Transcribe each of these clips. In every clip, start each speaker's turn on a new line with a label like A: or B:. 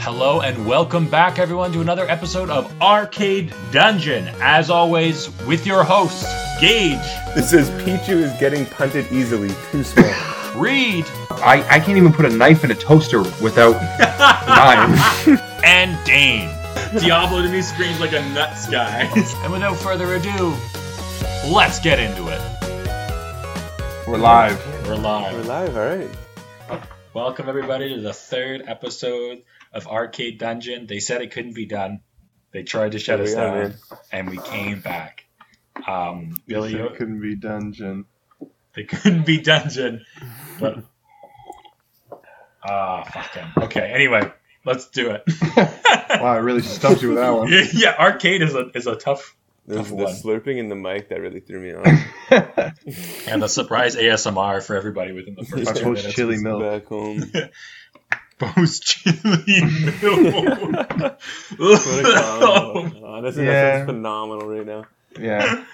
A: Hello and welcome back, everyone, to another episode of Arcade Dungeon. As always, with your host, Gage,
B: This says Pichu is getting punted easily. Too small.
A: Reed,
C: I, I can't even put a knife in a toaster without knives.
A: and Dane.
D: Diablo to me screams like a nuts guy.
A: And with no further ado, let's get into it.
C: We're live.
D: We're
B: We're
D: live.
B: live, all right.
D: Welcome everybody to the third episode of Arcade Dungeon. They said it couldn't be done. They tried to shut
B: Here we
D: us
B: are,
D: down,
B: man.
D: and we came back. Um, Billy,
E: It couldn't be dungeon.
D: they couldn't be dungeon, but ah, fuck them. Okay, anyway, let's do it.
E: Wow, I really stumped you with that one.
D: yeah, arcade is a is a tough
B: There's the
D: Tough one.
B: slurping in the mic that really threw me off.
D: and a surprise ASMR for everybody within the first.
E: My
D: two
E: post
D: minutes
E: chili
D: was-
E: milk.
B: Back home.
D: post chili milk.
B: Phenomenal. Honestly, that
E: Yeah.
B: sounds phenomenal right now.
E: Yeah.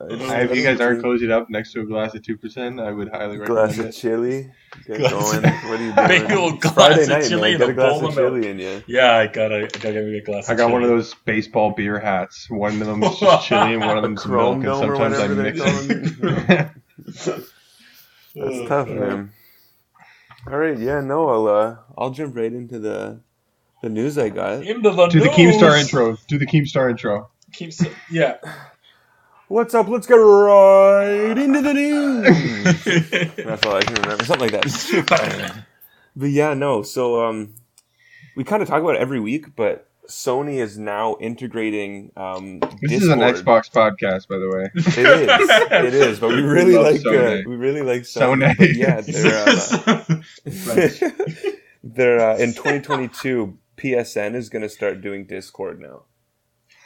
E: I- if you guys aren't cozied up next to a glass of two percent, I would highly recommend
B: glass of
E: it.
B: chili. Get
D: Glass of-
B: going. What are you doing?
D: Big old
B: It's
D: glass
B: Friday
D: of
B: night,
D: chili
B: man.
D: and
B: Get
D: a
B: a glass
D: bowl
B: of
D: of
B: chili in you.
D: yeah, I gotta, I gotta get me a glass.
E: I got one of those baseball beer hats. One of them is just chili, and one of them is
B: Chrome
E: milk, and
B: dome or
E: sometimes I
B: whatever they're
E: mix it.
B: That's tough, man. All right, yeah, no, I'll uh, I'll jump right into the the news I got.
D: Into the
E: Do the
D: nose.
E: Keemstar intro. Do the Keemstar intro.
D: Keeps, yeah.
B: What's up? Let's get right into the news. That's all I can remember. Something like that. But yeah, no. So um, we kind of talk about it every week, but Sony is now integrating. Um,
E: This is an
B: Discord.
E: Xbox podcast, by the way.
B: It is. It is. But we really
E: love
B: like. Uh,
E: Sony.
B: we really like Sony.
E: Sony.
B: But yeah, they're. Uh, they're uh, in 2022. PSN is going to start doing Discord now,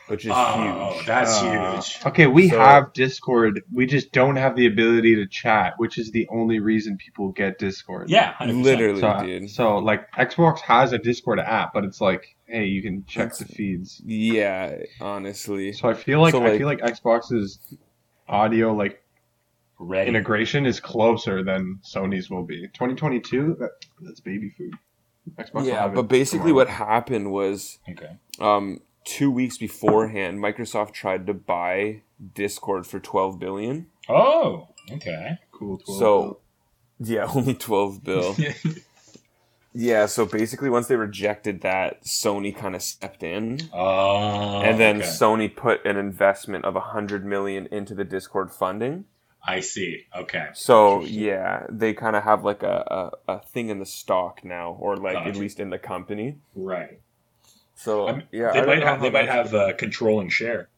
B: which is
D: oh,
B: huge.
D: that's
E: Uh,
D: huge.
E: Okay, we
B: So-
E: have Discord. We just don't have the ability to chat, which is the only reason people get Discord.
D: Yeah, 100%.
B: Literally,
E: So,
B: dude.
E: so like Xbox has a Discord app, but it's like, hey, you can check the feeds.
B: Yeah, honestly.
E: So I feel like,
B: So,
E: I feel like Xbox's audio like
D: Ready.
E: integration is closer than Sony's will be. 2022, that, that's baby food. Xbox will
B: Yeah,
E: have it
B: but basically,
E: tomorrow.
B: what happened was
D: okay.
B: um, two weeks beforehand, Microsoft tried to buy Discord for twelve billion.
D: Oh, okay.
E: cool. 12.
B: so, yeah, only twelve bill. yeah, so basically, once they rejected that, Sony kind of stepped in,
D: Oh,
B: and then
D: okay.
B: Sony put an investment of a hundred million into the Discord funding.
D: I see. Okay.
B: So yeah, they kind of have like a, a, a thing in the stock now, or like at
D: Gotcha.
B: least in the company.
D: Right.
B: So
D: I'm-
B: yeah,
D: they might have. They might have uh, control and share.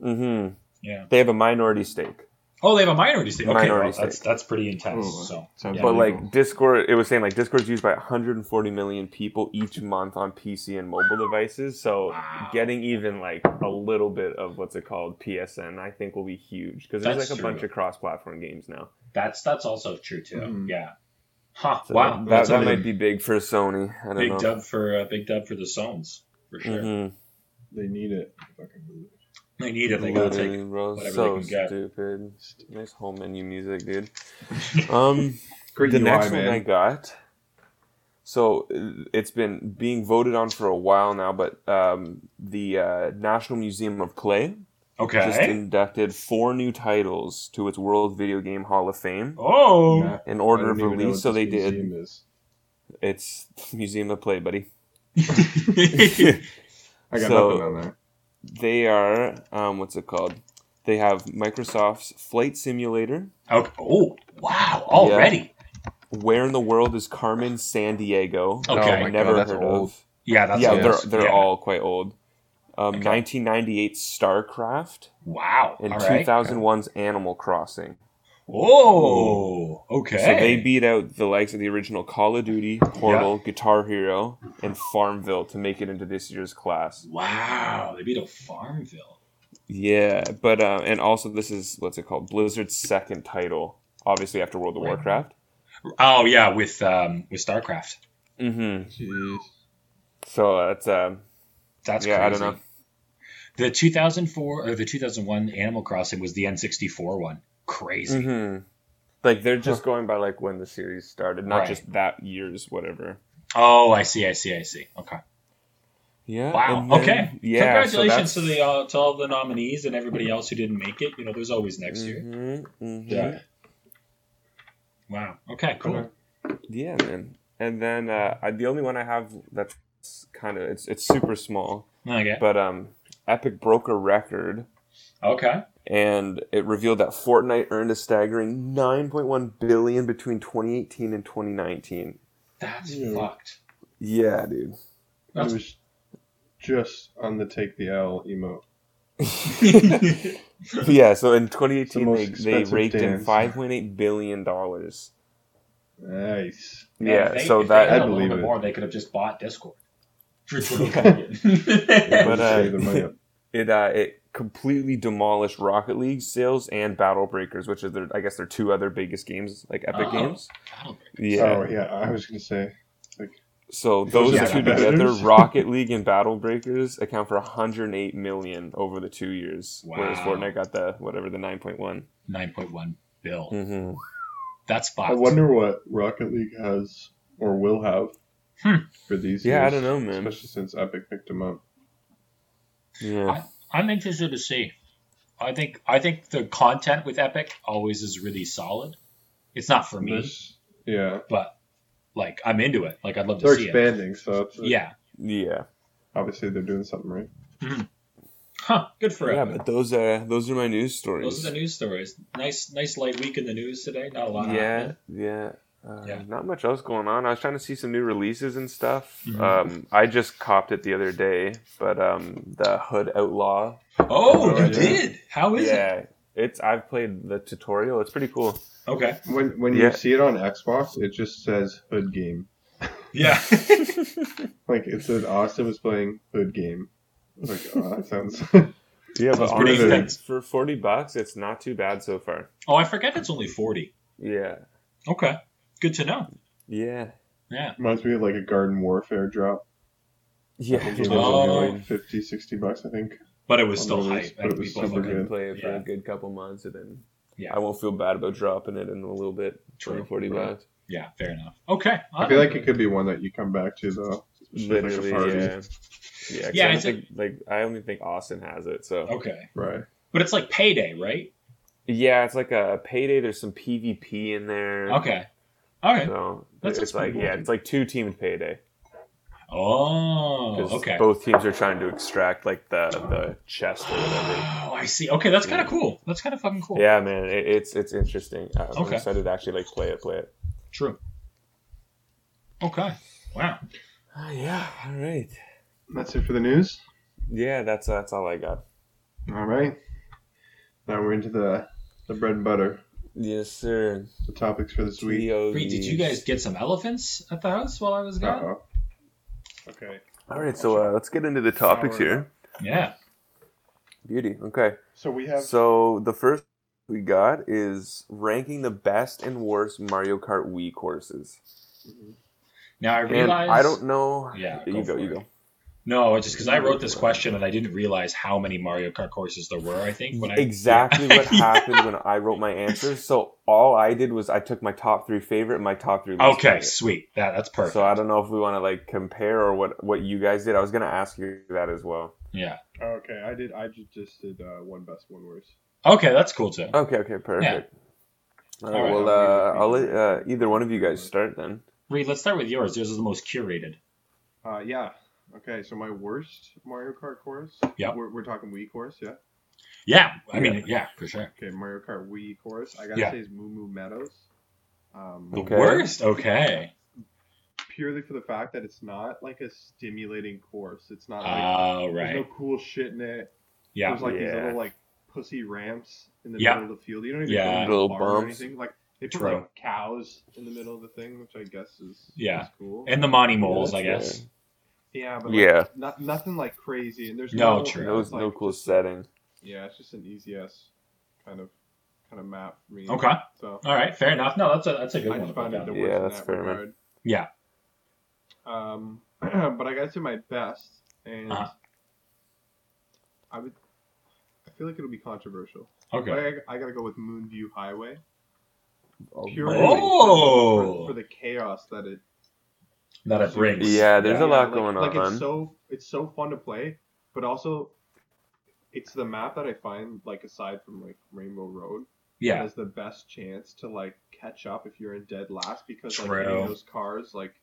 B: hmm
D: Yeah.
B: They have a minority stake.
D: Oh, they have a minority stake. Okay,
B: Minority
D: well, that's
B: stake.
D: that's pretty intense.
E: Ooh,
D: so,
E: sounds
D: yeah.
B: But
E: Yeah.
B: like Discord, it was saying like Discord's used by 140 million people each month on PC and mobile devices. So
D: Wow.
B: getting even like a little bit of what's it called PSN, I think will be huge because there's like
D: That's
B: a bunch
D: true.
B: of cross-platform games now.
D: That's that's also true too.
E: Mhm.
D: Yeah. Huh.
B: Mm-hmm. So
D: wow.
B: that, that,
D: that's
B: that
D: a
B: might be big for Sony. I don't
D: big
B: know.
D: dub for uh, big dub for the Sones for sure.
B: Mhm.
E: they need it.
D: They need it. They gotta take.
B: Literally, bro,
D: whatever
B: so
D: they can get.
B: stupid. Nice home menu music, dude. Um.
E: Great
B: the
E: UI,
B: next
E: man.
B: one I got. So uh, it's been being voted on for a while now, but um, the uh, National Museum of Play just
D: Okay.
B: inducted four new titles to its World Video Game Hall of Fame
D: Oh.
E: Nah,
B: in
E: I
B: order
E: don't
B: of
E: even know
B: release.
E: what
B: So
E: this
B: they did.
E: museum is.
B: It's Museum of Play, buddy.
E: I got
B: So-
E: nothing on that.
B: They are um, what's it called? They have Microsoft's Flight Simulator.
D: okay. Oh. Wow. Already.
B: Where in the world is Carmen San Diego?
D: Okay.
E: Oh, my God,
B: Never
E: that's
B: heard
E: old.
B: of.
D: Yeah. That's
B: yeah,
E: what it
B: they're
E: is.
B: they're
D: Yeah.
B: all quite old. Um,
D: Okay.
B: 1998 StarCraft
D: Wow.
B: and
D: all right.
B: 2001's Animal Crossing.
D: Oh. Okay.
B: So they beat out the likes of the original Call of Duty, Portal, Guitar Hero, and Farmville to make it into this year's class.
D: wow. They beat a Farmville.
B: Yeah, but uh, and also this is what's it called? Blizzard's second title, obviously after World of
D: Right.
B: Warcraft.
D: Oh yeah, with um with Starcraft.
B: Mm-hmm.
E: Jeez.
B: So that's um,
D: That's
B: yeah, I
D: crazy.
B: don't know.
D: The 2004 or the 2001 Animal Crossing was the N64 one. Crazy.
B: hmm Like they're just going by like when the series started, not
D: Right.
B: just that year's whatever.
D: Oh, I see. I see. I see. Okay.
B: Yeah.
D: Wow.
B: Mm-hmm. and then-
D: Okay.
B: Yeah.
D: Congratulations
B: so
D: to the uh, to all the nominees and everybody else who didn't make it. You know, there's always next
B: Mm-hmm,
D: year.
B: Yeah.
D: Yeah. Wow. Okay. Cool.
B: Yeah, man. And then uh, I, the only one I have that's kind of it's it's super small,
D: Okay.
B: but um, Epic broke a record,
D: Okay.
B: and it revealed that Fortnite earned a staggering 9.1 billion between 2018 and 2019.
D: That's
E: Yeah.
D: fucked.
B: Yeah, dude.
E: It was just on the take the L emote.
D: That's
B: yeah. So in 2018,
E: most
B: they, they
E: expensive
B: raked in
E: dance.
B: 5.8 billion dollars.
E: Nice.
B: Yeah.
D: If they-
B: so
D: if
B: that
D: they had
E: I
D: a little
E: believe
D: bit
E: it.
D: more, they could have just bought Discord. For
B: But,
E: But,
B: uh,
E: the money up.
B: it uh, it completely demolished Rocket League sales and Battle Breakers, which is their I guess their two other biggest games, like Epic
D: Oh.
B: Games.
D: Battle
B: Yeah.
E: Oh yeah, I was gonna say.
B: So those
E: Yeah,
B: two
E: that's
B: together,
E: news.
B: Rocket League and Battle Breakers, account for 108 million over the two years, whereas
D: Wow.
B: Fortnite got the whatever the 9.1.
D: Nine point one bill.
B: Mm-hmm.
D: That's fucked.
E: I wonder what Rocket League has or will have
D: Hmm.
E: for these.
B: Yeah, I
E: years,
B: don't know, man.
E: Especially since Epic picked them up.
B: Yeah,
D: I'm interested to see. I think I think the content with Epic always is really solid. It's not for me,
E: This- yeah,
D: but like I'm into it. Like I'd love to
E: they're
D: see it.
E: expanding, so it's,
D: Yeah.
B: yeah,
E: obviously they're doing something right.
D: Huh. Good for
B: yeah.
D: Epic.
B: But those uh, those are my news stories.
D: Those are the news stories. Nice, nice light week in the news today. Not a lot.
B: yeah,
D: happening.
B: yeah. Uh,
D: Yeah.
B: Not much else going on. I was trying to see some new releases and stuff.
D: Mhm.
B: Um, I just copped it the other day, but um, the Hood Outlaw.
D: Oh, you
E: Yeah.
D: did. How is it?
B: yeah, it's I've played the tutorial. It's pretty cool.
D: Okay.
E: When when
B: Yeah.
E: you see it on Xbox, it just says Hood Game.
D: Yeah.
E: Like it said Austin was playing Hood Game. I was like, oh, that sounds.
B: Yeah,
D: Sounds
B: but
D: pretty
B: honestly,
D: intense.
B: for 40 bucks, it's not too bad so far.
D: oh, I forget it's only forty.
B: Yeah.
D: Okay. Good to know.
B: Yeah.
D: Yeah.
E: Reminds me of like a Garden Warfare drop.
B: Yeah.
E: I think
D: Oh,
E: it was
B: Oh.
E: only like 50, 60 bucks, I think.
D: But it was still
E: Unbelievable,
D: hype.
E: but
D: and
E: it was
D: people
E: super
D: fucking-
E: good.
B: play it for
D: Yeah.
B: a good couple months, and then
D: Yeah.
B: I won't feel bad about dropping it in a little bit for
D: True.
B: 40
E: Right.
B: bucks.
D: Yeah. Fair enough. Okay.
E: I feel like it could be one that you come back to though. especially like a
B: Literally,
E: party.
B: yeah. Yeah, 'cause
D: Yeah,
B: I don't
D: it's a-
B: think, like I only think Austin has it. So
D: Okay.
E: Right.
D: But it's like payday, right?
B: yeah, it's like a payday. There's some PvP in there.
D: Okay. All right.
B: So
D: That sounds
B: it's like
D: pretty
B: yeah,
D: cool.
B: it's like two teamed payday.
D: Oh.
B: 'Cause
D: Okay.
B: Both teams are trying to extract like the the chest or whatever.
D: Oh, I see. Okay, that's kind of cool. That's kind of fucking cool.
B: Yeah, man, it, it's it's interesting. Uh, I'm
D: Okay.
B: excited to actually like play it, play it.
D: True. Okay. Wow.
B: Ah, yeah, all right.
E: That's it for the news.
B: Yeah, that's uh, that's all I got.
E: All right. Now we're into the the bread and butter,
B: Yes, sir.
E: the topics for this week.
D: Wait, did you guys get some elephants at the house while I was gone?
E: Uh-oh. Okay.
B: All right, so uh, let's get into the topics here.
D: Yeah.
B: Beauty. Okay.
E: So we have
B: So the first we got is ranking the best and worst Mario Kart Wii courses.
D: Now I
B: And
D: realize
B: I don't know.
D: Yeah,
B: you
D: go
B: go.
D: for
B: You
D: it.
B: go.
D: No, it's just because I wrote this question and I didn't realize how many Mario Kart courses there were. I think when I
B: exactly what
D: Yeah.
B: happened when I wrote my answers. So all I did was I took my top three favorite and my top three. least
D: okay,
B: favorite.
D: sweet. That that's perfect.
B: So I don't know if we want to like compare or what what you guys did. I was gonna ask you that as well.
D: yeah.
E: oh, Okay, I did. I ju- just did uh, one best, one worst.
D: Okay, that's cool too.
B: Okay, okay, perfect. All right,
D: All right,
B: well,
E: I'll
B: uh, I'll
E: leave
B: let
E: it.
B: uh, either one of you guys start then.
D: Reed, let's start with yours. Yours is the most curated.
E: Uh, yeah. Okay, so my worst Mario Kart course.
D: Yeah.
E: We're, we're talking Wii course, yeah.
D: Yeah, I mean, yeah, for sure.
E: Okay, Mario Kart Wii course. I gotta
D: Yeah.
E: say is Moo Moo Meadows. Um,
B: Okay.
D: Worst. Okay.
E: Purely for the fact that it's not like a stimulating course. It's not like
D: All
E: Uh, there's
D: Ah, right.
E: no cool shit in it.
D: Yeah.
E: There's like these
B: Yeah.
E: little like pussy ramps in the
D: Yeah.
E: middle of the field. You don't even
D: Yeah.
E: go to the
B: Little
E: bar or
B: bumps.
E: anything. Like they put
D: True.
E: like cows in the middle of the thing, which I guess is
D: Yeah.
E: is cool.
D: And the Monty moles, I
B: That's
D: guess.
E: yeah, but like,
B: Yeah,
E: not, nothing like crazy. And there's
D: No,
E: no
D: true.
B: no,
E: it's, like,
B: no cool setting.
E: Yeah, it's just an easy ass kind of kind of map for me.
D: Okay.
E: So
D: All right. Fair enough. No, that's a that's a good
E: I
D: one.
E: just
D: to put
E: found it
D: down.
E: the
B: Yeah,
E: worst in
B: that's
E: that
B: fair, man.
E: regard.
D: Yeah.
E: Um, but I gotta say my best, and
D: Uh-huh.
E: I would. I feel like it'll be controversial.
D: Okay.
E: But I, I gotta go with Moonview Highway.
B: Oh,
E: Purely
B: really?
D: Oh!
E: for, for the chaos that it
D: that it brings.
B: Yeah, there's a
E: Yeah,
B: lot
E: like-
B: going
E: like
B: on.
E: it's so it's so fun to play, but also it's the map that I find like aside from like Rainbow Road
D: Yeah.
E: has the best chance to like catch up if you're in dead last because like
D: True.
E: hitting those cars like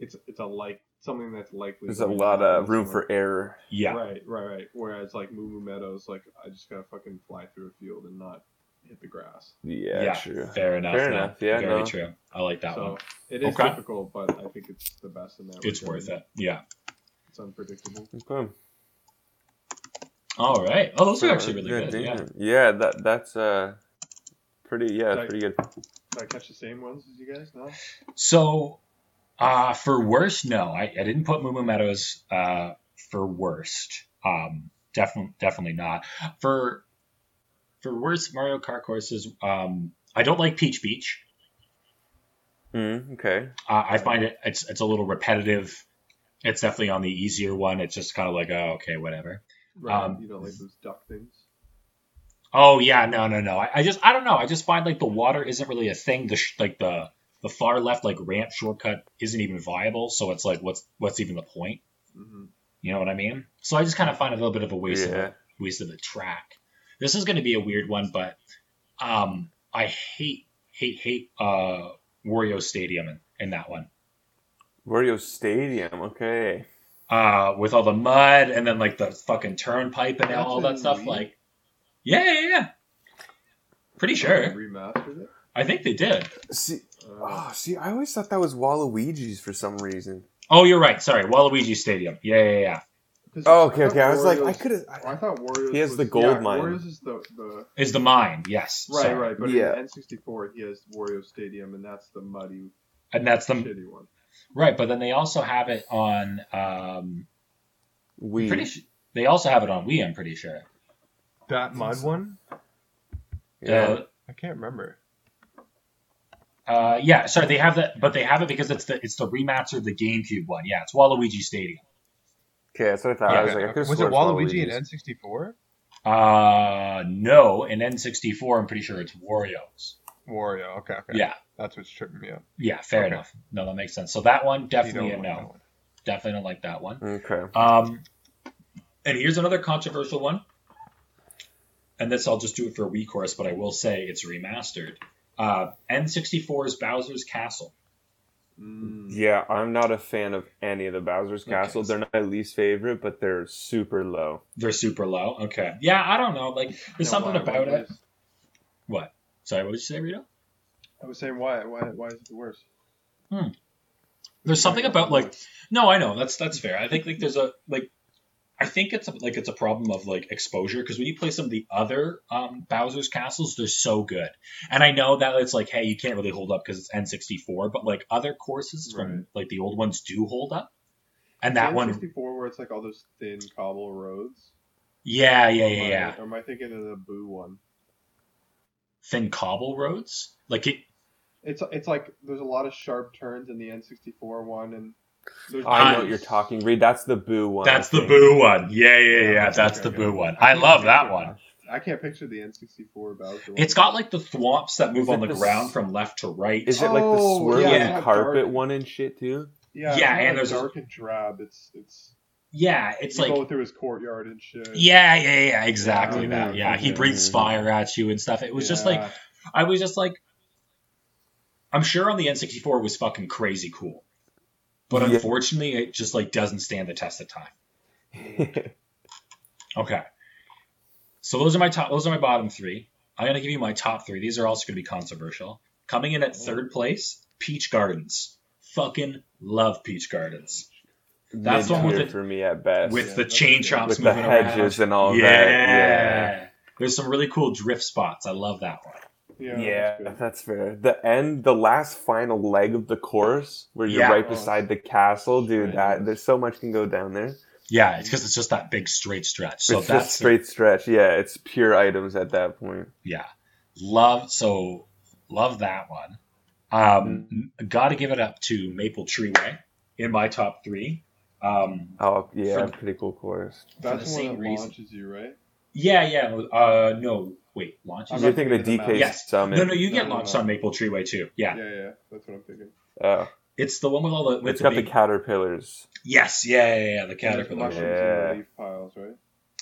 E: it's it's a like something that's likely.
B: There's a
E: going to
B: lot of
E: happen
B: room
E: somewhere.
B: for error.
D: Yeah.
E: Right, right, right. Whereas like Moo Moo Meadows, like I just gotta fucking fly through a field and not hit the grass.
B: Yeah,
D: Yeah.
B: true.
D: Fair enough.
B: Fair
D: no.
B: enough, yeah,
D: Very
B: no.
D: true. I like that
E: so
D: one.
E: it is
D: Okay.
E: difficult, but I think it's the best in that.
D: It's
E: regard.
D: worth it. Yeah.
E: It's unpredictable.
B: Okay.
D: All right. Oh, those are actually really good. Yeah.
B: damn. that that's uh pretty yeah,
E: Like-
B: pretty good.
E: Did I catch the same ones as you guys? No.
D: So, uh, for worst, no, I, I didn't put Moomoo Meadows uh, for worst. Um, definitely, definitely not. For for worst Mario Kart courses, um, I don't like Peach Beach.
B: Mm, okay.
D: Uh, I find it it's it's a little repetitive. It's definitely on the easier one. It's just kind of like, oh, okay, whatever.
E: Right.
D: Um,
E: you don't like those duck things.
D: Oh yeah, no, no, no. I, I just I don't know. I just find like the water isn't really a thing. The sh- like the the far left like ramp shortcut isn't even viable. So it's like, what's what's even the point?
E: hmm
D: You know what I mean? So I just kind of find it a little bit of a waste of
B: Yeah.
D: a waste of a track. This is going to be a weird one, but um, I hate hate hate uh Wario Stadium in, in that one.
B: Wario Stadium, okay.
D: Uh, with all the mud and then like the fucking turnpike and all that
E: That's in
D: stuff.
E: Wii?
D: Like, yeah, yeah, yeah. Pretty sure.
E: Remastered it.
D: I think they did.
B: See
E: Uh,
B: oh, see I always thought that was Waluigi's for some reason.
D: Oh, you're right. Sorry, Waluigi Stadium. Yeah, yeah, yeah.
E: 'cause
B: Oh, okay,
E: thought
B: okay. I was like I
E: Wario's-
B: could have
E: I thought Warriors.
B: He has
E: was-
B: the gold
E: yeah,
B: mine.
E: Warriors is the, the
D: Is the mine? Yes.
E: right,
D: Sorry.
E: right. But
B: Yeah.
E: in N64, he has Wario Stadium, and that's the muddy,
D: And that's the
E: shitty one.
D: right. But then they also have it on. Um,
B: we
D: pretty. Su- they also have it on Wii. I'm pretty sure.
E: That
B: mud
E: one?
B: yeah.
E: I can't remember.
D: Uh, uh, yeah. Sorry, they have that, but they have it because it's the it's the remaster of the GameCube one. Yeah, it's Waluigi Stadium.
B: Okay, that's what I thought. I was like I could
F: was it Waluigi and N64?
D: Uh, no, in N64, I'm pretty sure it's Wario's.
F: Wario. Okay, okay.
D: Yeah.
F: That's what's tripping me up.
D: Yeah, fair
F: Okay.
D: enough. No, that makes sense. So that one
F: You don't
D: definitely a
F: like
D: no.
F: that one.
D: Definitely don't like that one.
B: Okay.
D: Um, and here's another controversial one. And this, I'll just do it for a Wii course, but I will say it's remastered. Uh, N64's Bowser's Castle.
E: Mm.
B: Yeah, I'm not a fan of any of the Bowser's
D: Okay.
B: Castle. They're not my least favorite, but they're super low.
D: They're super low. Okay. Yeah, I don't know. Like, there's
E: Now,
D: something
E: why-
D: about
E: why
D: it.
E: is-
D: Sorry, what did you say, Rita?
E: I was saying why? Why? Why is it the worst?
D: Hmm. There's something about, like- No, I know. That's that's fair. I think like there's a like, I think it's a, like it's a problem of like exposure because when you play some of the other um, Bowser's Castles, they're so good. And I know that it's like, hey, you can't really hold up because it's N64, but like other courses from
E: Right.
D: like the old ones do hold up. And that one,
E: 64 where it's like all those thin cobble roads.
D: yeah, yeah, yeah,
E: Am I-
D: yeah.
E: Or am I thinking of the Boo one?
D: Thin cobble roads, like it.
E: It's it's like there's a lot of sharp turns in the N64 one, and there's
B: I know
D: Uh,
B: what you're talking. Reed, that's the boo one.
D: That's
B: I
D: the
B: think.
D: boo one. Yeah, yeah,
E: Yeah,
D: yeah.
E: that's
D: That's
E: okay,
D: the
E: yeah.
D: boo one. I love that one.
E: I can't picture the N64 Bowser. One.
D: It's got like the thwomps that move
B: Is
D: on
B: it
D: the
B: the s-
D: ground from left to right.
B: Is it like the
E: Oh,
B: swirling
D: yeah.
E: Yeah.
B: carpet
E: Dark.
B: one and shit too?
D: yeah,
E: yeah, it's
D: and
E: not
D: there's a-
E: dark and drab. It's it's
D: yeah, it's
E: you
D: like
E: go through his courtyard and shit.
D: Yeah, yeah, yeah, exactly
E: Mhm,
D: that. Yeah, he
E: mhm,
D: breathes
B: mhm.
D: fire at you and stuff. It was just like
E: Yeah.
D: I was just like, I'm sure on the N64 it was fucking crazy cool, but
B: Yeah.
D: unfortunately it just like doesn't stand the test of time. Okay, so those are my top. Those are my bottom three. I'm gonna give you my top three. These are also gonna be controversial. Coming in at third place, Peach Gardens. Fucking love Peach Gardens That's
B: Mid-tier
D: one with the-
B: for me at best.
D: with
E: yeah,
D: the
E: that's
D: chain
E: good.
D: chops
B: With the
D: moving around.
B: hedges and all
D: yeah.
B: that.
D: There's some really cool drift spots. I love that one.
E: Yeah.
B: Yeah. Yeah,
E: that's good.
B: that's fair. The end, the last final leg of the course where you're
D: Yeah.
B: right beside the castle, dude.
E: Right.
B: That there's so much can go down there.
D: Yeah, it's because it's just that big straight stretch. So
B: it's
D: that's
B: just straight stretch. Yeah, it's pure items at that point.
D: yeah, love so love that one. Um, got to give it up to Maple Treeway in my top three. Um,
B: Oh yeah,
D: For-
B: pretty cool course.
E: That's
D: the
E: the
D: same
E: one that
D: reason.
E: launches you, right?
D: yeah, yeah. Uh, no, wait, launch.
E: I'm
B: You're
E: not
B: thinking of
E: thinking of
B: DK
E: the
D: map. Yes.
B: Summit.
D: No, no, you
E: No,
D: get
E: no,
D: launched
E: no.
D: on Maple Treeway too. Yeah,
E: Yeah, yeah, that's what I'm thinking.
B: Oh,
D: It's the one with all the with
B: it's got the
D: big-
B: caterpillars.
D: yes, yeah, yeah, yeah, the caterpillar.
E: Mushrooms
D: Yeah.
E: in
B: Yeah.
E: the leaf piles, right?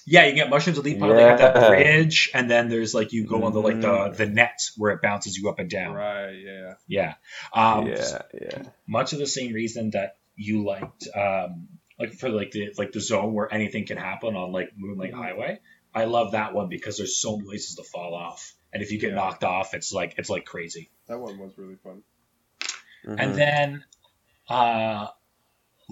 D: you can get mushrooms and leaf pile. They have that
B: Yeah.
D: bridge, and then there's like you go on the like the
B: Mm.
D: the net where it bounces you up and down.
E: Right. Yeah.
D: Yeah, um,
B: yeah, yeah.
D: much of the same reason that you liked um like for like the like the zone where anything can happen on like Moonlight
E: Mm-hmm.
D: Highway. I love that one because there's so many places to fall off. And if you get
E: Yeah.
D: knocked off, it's like it's like crazy.
E: That one was really fun.
B: Mm-hmm.
D: And then uh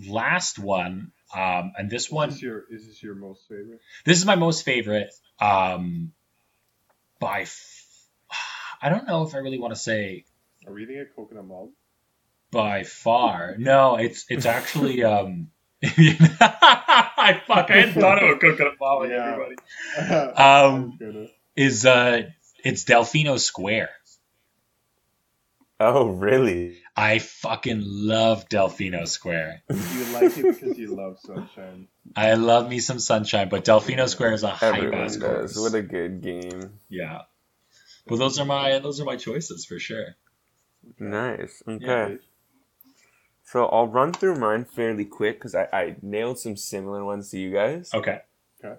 D: last one, um and this one
E: Is this your is this your most favorite?
D: this is my most favorite um by f- I don't know if I really want to say
E: Are we eating a coconut malt?
D: by far. No, it's it's actually um I fuck I hadn't thought about cooking up all
E: Yeah.
D: everybody.
E: I'm
D: Um
E: gonna-
D: is uh it's Delfino Square.
B: oh, really?
D: I fucking love Delfino Square.
E: you like it because you love sunshine.
D: I love me some sunshine, but Delfino Square is a hype
B: Everyone
D: ass
B: does.
D: course.
B: What a good game.
D: yeah. But those are my those are my choices for sure.
B: Nice. Okay.
E: Yeah, bitch.
B: So I'll run through mine fairly quick because I, I nailed some similar ones to you guys.
D: Okay.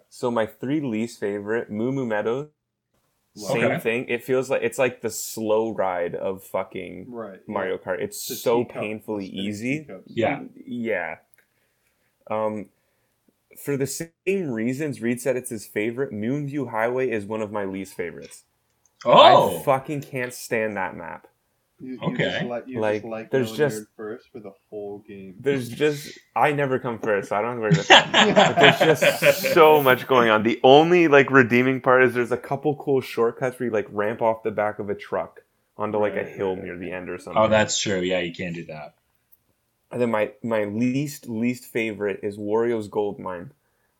B: So my three least favorite, Moo Moo Meadows.
E: Love
B: Same
D: Okay.
B: thing. It feels like it's like the slow ride of fucking
E: Right. yeah.
B: Mario Kart. It's
E: It's a
B: so
E: teacup.
B: painfully
E: Spinning
B: easy.
E: teacups.
D: Yeah.
B: Yeah. Um, for the same reasons Reed said it's his favorite, Moonview Highway is one of my least favorites.
D: Oh
B: I fucking can't stand that map.
E: You, you
D: Okay.
E: Just like, you
B: Like,
E: just like
B: there's
E: there's
B: just-
E: just first for the whole game.
B: There's just I never come first, so I don't have to worry about that. But there's just so much going on. The only like redeeming part is there's a couple cool shortcuts where you like ramp off the back of a truck onto like a
E: Right,
B: hill
E: right.
B: near the end or something.
D: Oh that's true. Yeah, you can do that.
B: And then my my least least favorite is Wario's Gold Mine.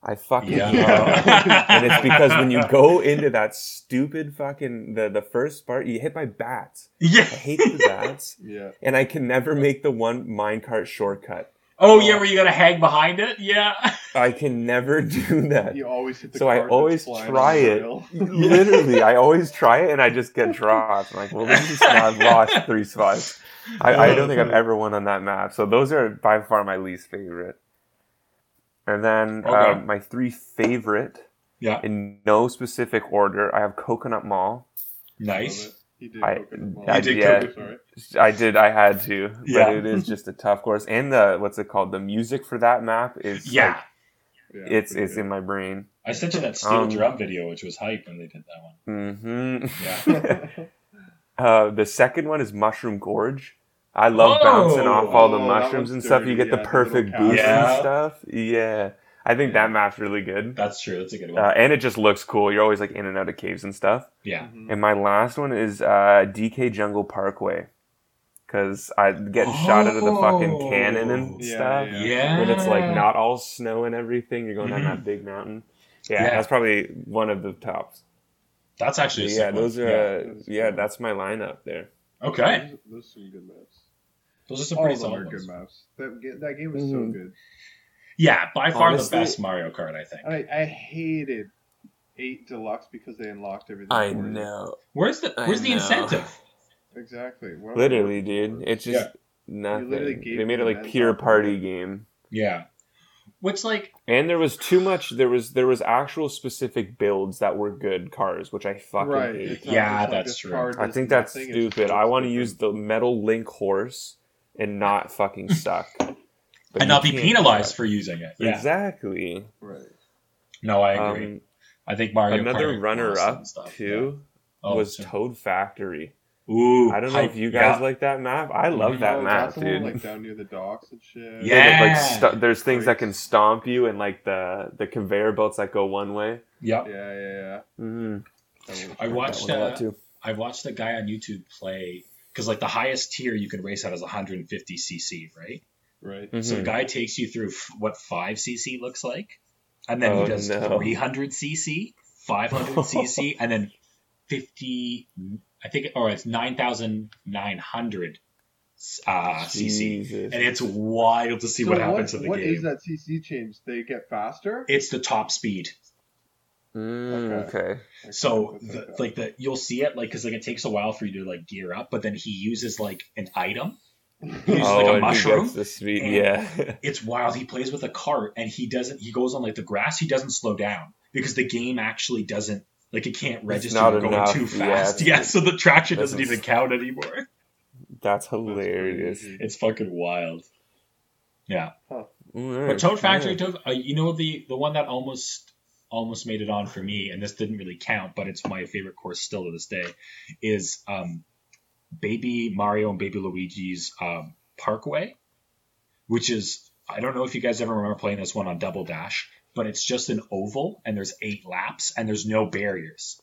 B: I fucking
D: Yeah.
B: love and it's because when you go into that stupid fucking the the first part, you get hit by bats. I
D: Yeah.
B: hate the bats,
E: Yeah.
B: and I can never make the one minecart shortcut.
D: Oh yeah, where you gotta hang behind it? Yeah.
B: I can never do that.
E: You always hit the
B: uh, So I
E: card that's
B: always
E: flying
B: try
E: on the
B: it.
E: rail.
B: Literally, I always try it and I just get dropped. I'm like, well, this is I've lost three spots. I, I don't think I've ever won on that map. So those are by far my least favorite. And then
D: Okay.
B: um, my three favorite,
D: Yeah.
B: in no specific order, I have Coconut Mall.
D: Nice.
E: He did
B: I-
E: coconut malt.
B: I
D: You did
B: yeah.
E: coconut, sorry.
B: I did. I had to. But
D: Yeah.
B: it is just a tough course. And the what's it called? The music for that map is
D: Yeah.
E: Yeah,
B: like, it's
E: pretty
B: it's
E: good.
B: in my brain.
D: I sent you that steel
B: Um,
D: drum video, which was hype when they did that one.
B: hmm
D: Yeah.
B: Uh, the second one is Mushroom Gorge. I love
D: Oh!
B: bouncing off all the
E: Oh, that
B: mushrooms
E: one's
B: and stuff. You
E: dirty,
B: get
E: yeah,
B: the
E: the
B: perfect
E: little
B: boost
D: cast.
B: and stuff. Yeah, I think that map's really good.
D: That's true. That's a good
B: Uh,
D: one.
B: and it just looks cool. You're always like in and out of caves and stuff.
D: yeah.
E: Mhm.
B: And my last one is uh, DK Jungle Parkway, because I get shot out of the fucking cannon and
E: Oh. Yeah,
B: stuff.
E: yeah. Mm-hmm.
B: when it's like not all snow and everything. You're going down that big mountain. Yeah,
D: Yeah.
B: that's probably one of the tops.
D: That's actually a
B: Yeah,
D: sick one.
B: those are. uh,
D: Yeah.
B: Yeah. yeah, that's my lineup there.
D: Okay.
E: Those, those are some good maps.
D: Those are some
E: All
D: pretty
E: of them are
D: solid ones.
E: good maps. That, ga- that game was
B: Mhm.
E: so good.
D: Yeah, by far
B: Honestly-
D: the best Mario Kart, I think.
E: And I, I hated eight deluxe because they unlocked everything.
B: I
E: for you.
B: know,
D: Where's the
B: I
D: Where's the
B: know.
D: incentive?
E: Exactly. What am I
B: literally,
E: looking
B: dude.
E: for?
B: It's just
D: Yeah.
B: nothing.
E: literally gave
B: They made it
E: me
B: like
E: that
B: pure
E: top
B: party
E: one.
B: game,
D: Yeah. Which like
B: and there was too much. There was there was actual specific builds that were good cars, which I fucking
E: right.
B: hate.
E: it's not
D: Yeah,
E: just like
D: that's
E: this
D: true.
E: card
B: I
E: does
B: think that's
E: nothing, it's just
B: stupid. I
E: looks
B: want to
E: different.
B: use the metal link horse and not fucking suck, But you
D: and not be
B: can't
D: penalized
B: suck.
D: for using it. Yeah.
B: Exactly.
E: Right.
D: No, I agree.
B: Um,
D: I think Mario
B: another
D: Kart
B: runner
D: rules
B: up
D: and stuff,
B: too
D: yeah. Oh,
B: was
D: so-
B: Toad Factory.
D: Ooh.
B: I don't know
D: hype,
B: if you guys
D: yeah.
B: like that map. I love
E: Oh,
B: that map,
E: that's the one,
B: dude.
E: like down near the docks and shit.
B: They get, like,
D: Yeah.
B: sto- there's things that can stomp you, and like the the conveyor belts that go one way.
D: Yep.
E: Yeah, yeah,
B: Mm,
E: yeah.
D: I watched
B: that one a
D: uh,
B: lot too.
D: I watched a guy on YouTube play because like the highest tier you can race at is 150 cc, right?
E: Right.
D: So the
B: Mhm.
D: guy takes you through f- what 5 cc looks like, and then
B: Oh,
D: he does
B: no.
D: 300 cc, 500 cc, and then 50. I think or it's 9,900 uh, cc,
B: Jesus.
D: and it's wild to see
E: So
D: what happens to the
E: what
D: game.
E: is that CC change? They get faster.
D: It's the top speed.
B: Mm, okay.
E: Okay,
D: So
E: that's
D: the,
E: okay.
D: like the you'll see it like because like it takes a while for you to like gear up, but then he uses like an item He's like a
B: and Oh, he
D: mushroom.
B: gets the speed.
D: and-
B: Yeah.
D: It's wild. He plays with a cart and he doesn't. He goes on like the grass. He doesn't slow down because the game actually doesn't like it can't register
B: not
D: you're going
B: enough,
D: too
B: yeah,
D: fast.
B: it's-
D: Yeah, so the traction
B: that's
D: doesn't even
B: ins-
D: count anymore.
B: That's hilarious.
D: It's fucking wild.
B: Alright,
D: But Toad Factory,
B: yeah.
D: Toad, uh, you know the the one that almost almost made it on for me, and this didn't really count, but it's my favorite course still to this day, is um, Baby Mario and Baby Luigi's um, Parkway, which is I don't know if you guys ever remember playing this one on Double Dash, but it's just an oval and there's eight laps and there's no barriers.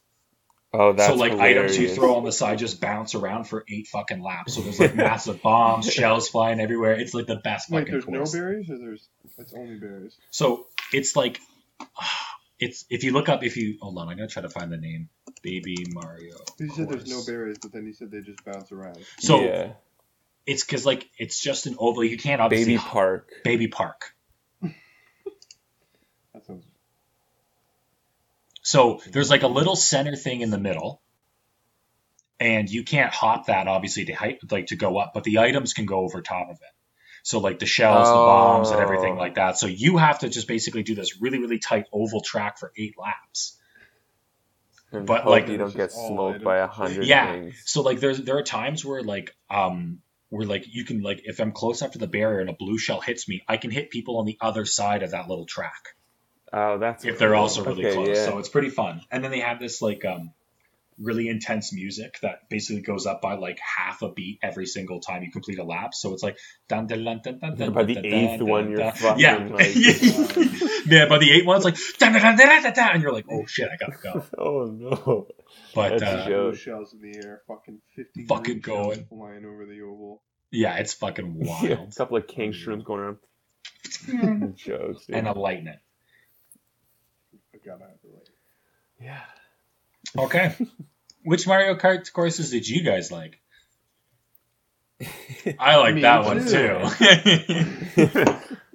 B: Oh, that's
D: so like
B: hilarious.
D: items you throw on the side just bounce around for eight fucking laps. So there's like massive bombs, shells flying everywhere. It's like the best
E: Wait,
D: fucking
E: there's
D: course.
E: no berries or there's it's only berries.
D: So it's like it's if you look up if you hold on, I'm gonna try to find the name. Baby Mario.
E: He said there's no
D: course.
E: berries, but then he said they just bounce around.
D: So
B: yeah.
D: it's because like it's just an oval. You can't obviously
B: Baby
D: baby,
B: Park.
D: park.
E: That sounds.
D: So there's like a little center thing in the middle, and you can't hop that obviously to height like to go up, but the items can go over top of it. So like the shells, the bombs, and everything
B: Oh.
D: like that. So you have to just basically do this really really tight oval track for eight laps.
B: And
D: But,
B: hope
D: like-
B: you don't get
E: All
B: smoked
E: items.
B: by a hundred
D: Yeah.
B: things.
D: So like there's there are times where like um where like you can like if I'm close after the barrier and a blue shell hits me, I can hit people on the other side of that little track
B: Oh, that's
D: if they're
B: cool.
D: also really
B: Okay,
D: close.
B: yeah.
D: So it's pretty fun. And then they have this like um really intense music that basically goes up by like half a beat every single time you complete a lap. So it's like dun dun dun dun dun dun.
B: By the
D: dun, dun,
B: eighth
D: dun,
B: one,
D: dun.
B: you're fucking
D: yeah.
B: like,
D: yeah, by the eighth one, it's like dun, dun, dun, dun, dun, dun, and you're like, oh shit, I gotta go.
B: oh no.
D: But
B: That's
D: uh,
B: a joke.
E: blue shells in the air, fucking fifty.
D: Fucking
E: green shells
D: going.
E: flying over the oval.
D: yeah, it's fucking wild.
B: Yeah, a couple of king shrooms going around. Jokes, dude.
D: And I'm lighting it.
E: I gotta have it right.
B: yeah.
D: Okay. Which Mario Kart courses did you guys like? I like
E: Me
D: that one too.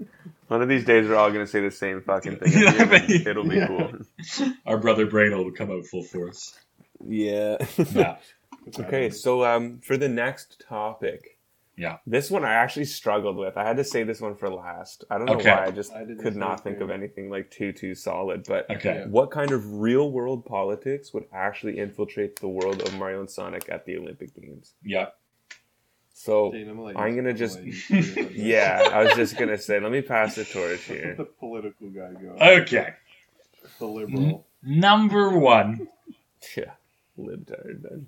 B: One of these days, we're all gonna say the same fucking thing.
D: Yeah,
B: again,
D: but-
B: and It'll be cool.
D: Our brother Brain will come out full force.
B: Yeah.
D: Yeah.
B: okay, so um, for the next topic.
D: Yeah.
B: This one I actually struggled with. I had to say this one for last. I don't know
D: Okay.
B: why. I just
E: I did the
B: could
E: same
B: not think of
E: thing.
B: anything like too too solid. But
D: Okay.
B: what kind of real world politics would actually infiltrate the world of Mario and Sonic at the Olympic Games?
D: Yeah.
B: So
E: Dane, I'm
B: I'm gonna
E: let you-
B: just-
E: I'm gonna let you do it.
B: yeah, I was just gonna say, let me pass the torch
E: Let's let
B: here.
E: the political guy go.
D: Okay.
E: the
D: Mm-hmm.
E: liberal.
D: Number one.
B: Yeah, libtard then.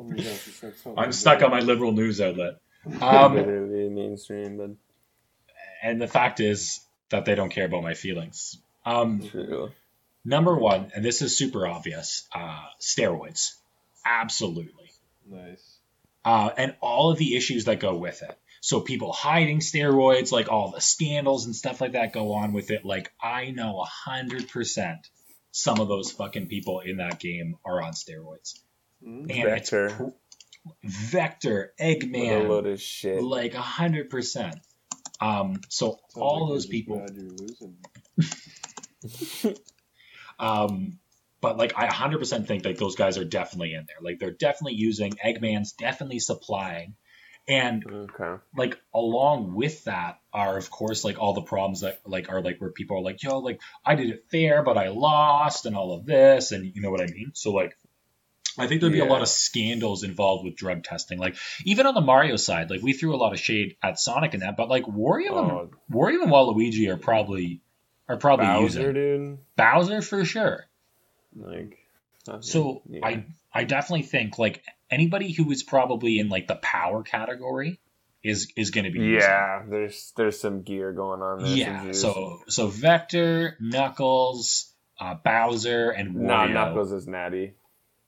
E: Oh my gosh, you said something
D: I'm stuck on my liberal news outlet. Um,
B: Literally mainstream, but
D: and the fact is that they don't care about my feelings. Um,
B: true.
D: number one, and this is super obvious uh, steroids. Absolutely.
E: Nice.
D: uh, and all of the issues that go with it. So people hiding steroids, like all the scandals and stuff like that go on with it. Like I know a hundred percent some of those fucking people in that game are on steroids.
E: Mm,
D: And it's
B: Vector.
D: pr- Vector,
B: What a
D: Eggman,
B: load of shit.
D: like a hundred percent. Um, so
E: sounds
D: all
E: like
D: those
E: you're just
D: people
E: mad You're losing.
D: Um, but like I 100% think like those guys are definitely in there. Like they're definitely using Eggman's definitely supplying, and
B: Okay.
D: like along with that are of course like all the problems that like are like where people are like yo like I did it fair but I lost and all of this and you know what I mean. So like. I think there'd be a
B: Yeah.
D: lot of scandals involved with drug testing. Like even on the Mario side, like we threw a lot of shade at Sonic and that, but like Wario and
B: Oh,
D: Wario and Waluigi are probably are probably
B: Bowser,
D: using
B: dude.
D: Bowser for sure.
B: Like.
D: So
B: yeah.
D: I I definitely think like anybody who is probably in like the power category is is going to be using it.
B: Yeah, there's there's some gear going on there. some
D: yeah.
B: juice.
D: So so Vector, Knuckles, uh, Bowser, and Wario.
B: Nah, Knuckles is natty.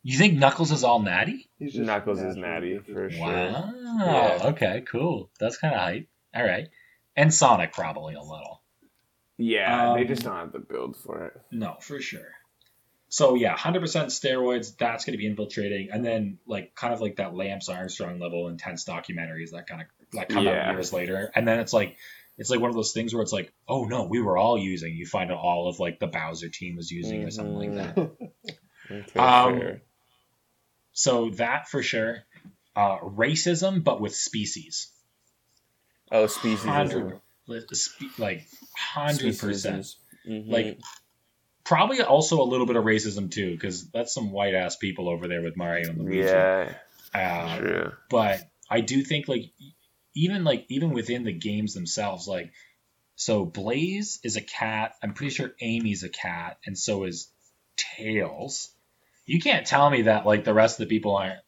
D: You think Knuckles is all natty?
E: He's just
B: Knuckles is
E: natural
B: natty
E: at this
B: for
E: point.
B: sure.
D: Wow.
B: Yeah.
D: Okay. Cool. That's kind of hype. All right. And Sonic probably a little.
B: Yeah, they
D: Um,
B: just don't have the build for it.
D: No, for sure. So yeah, hundred percent steroids. That's going to be infiltrating, and then like kind of like that Lance Armstrong level intense documentaries that kind of that come
B: Yeah.
D: out years later, and then it's like it's like one of those things where it's like, oh no, we were all using. You find out all of
B: Mm.
D: like the Bowser team was using it or something like that.
B: Okay,
D: Um,
B: fair.
D: So that for sure. Uh, racism, but with species.
B: Oh, species.
D: Hundred, li- spe- like hundred percent.
B: Like
D: Like probably also a little bit of racism too, because that's some white ass people over there with Mario and Luigi.
B: yeah,
D: Uh,
B: true.
D: but I do think like e- even like even within the games themselves, like so Blaze is a cat. I'm pretty sure Amy's a cat, and so is Tails. You can't tell me that like the rest of the people aren't.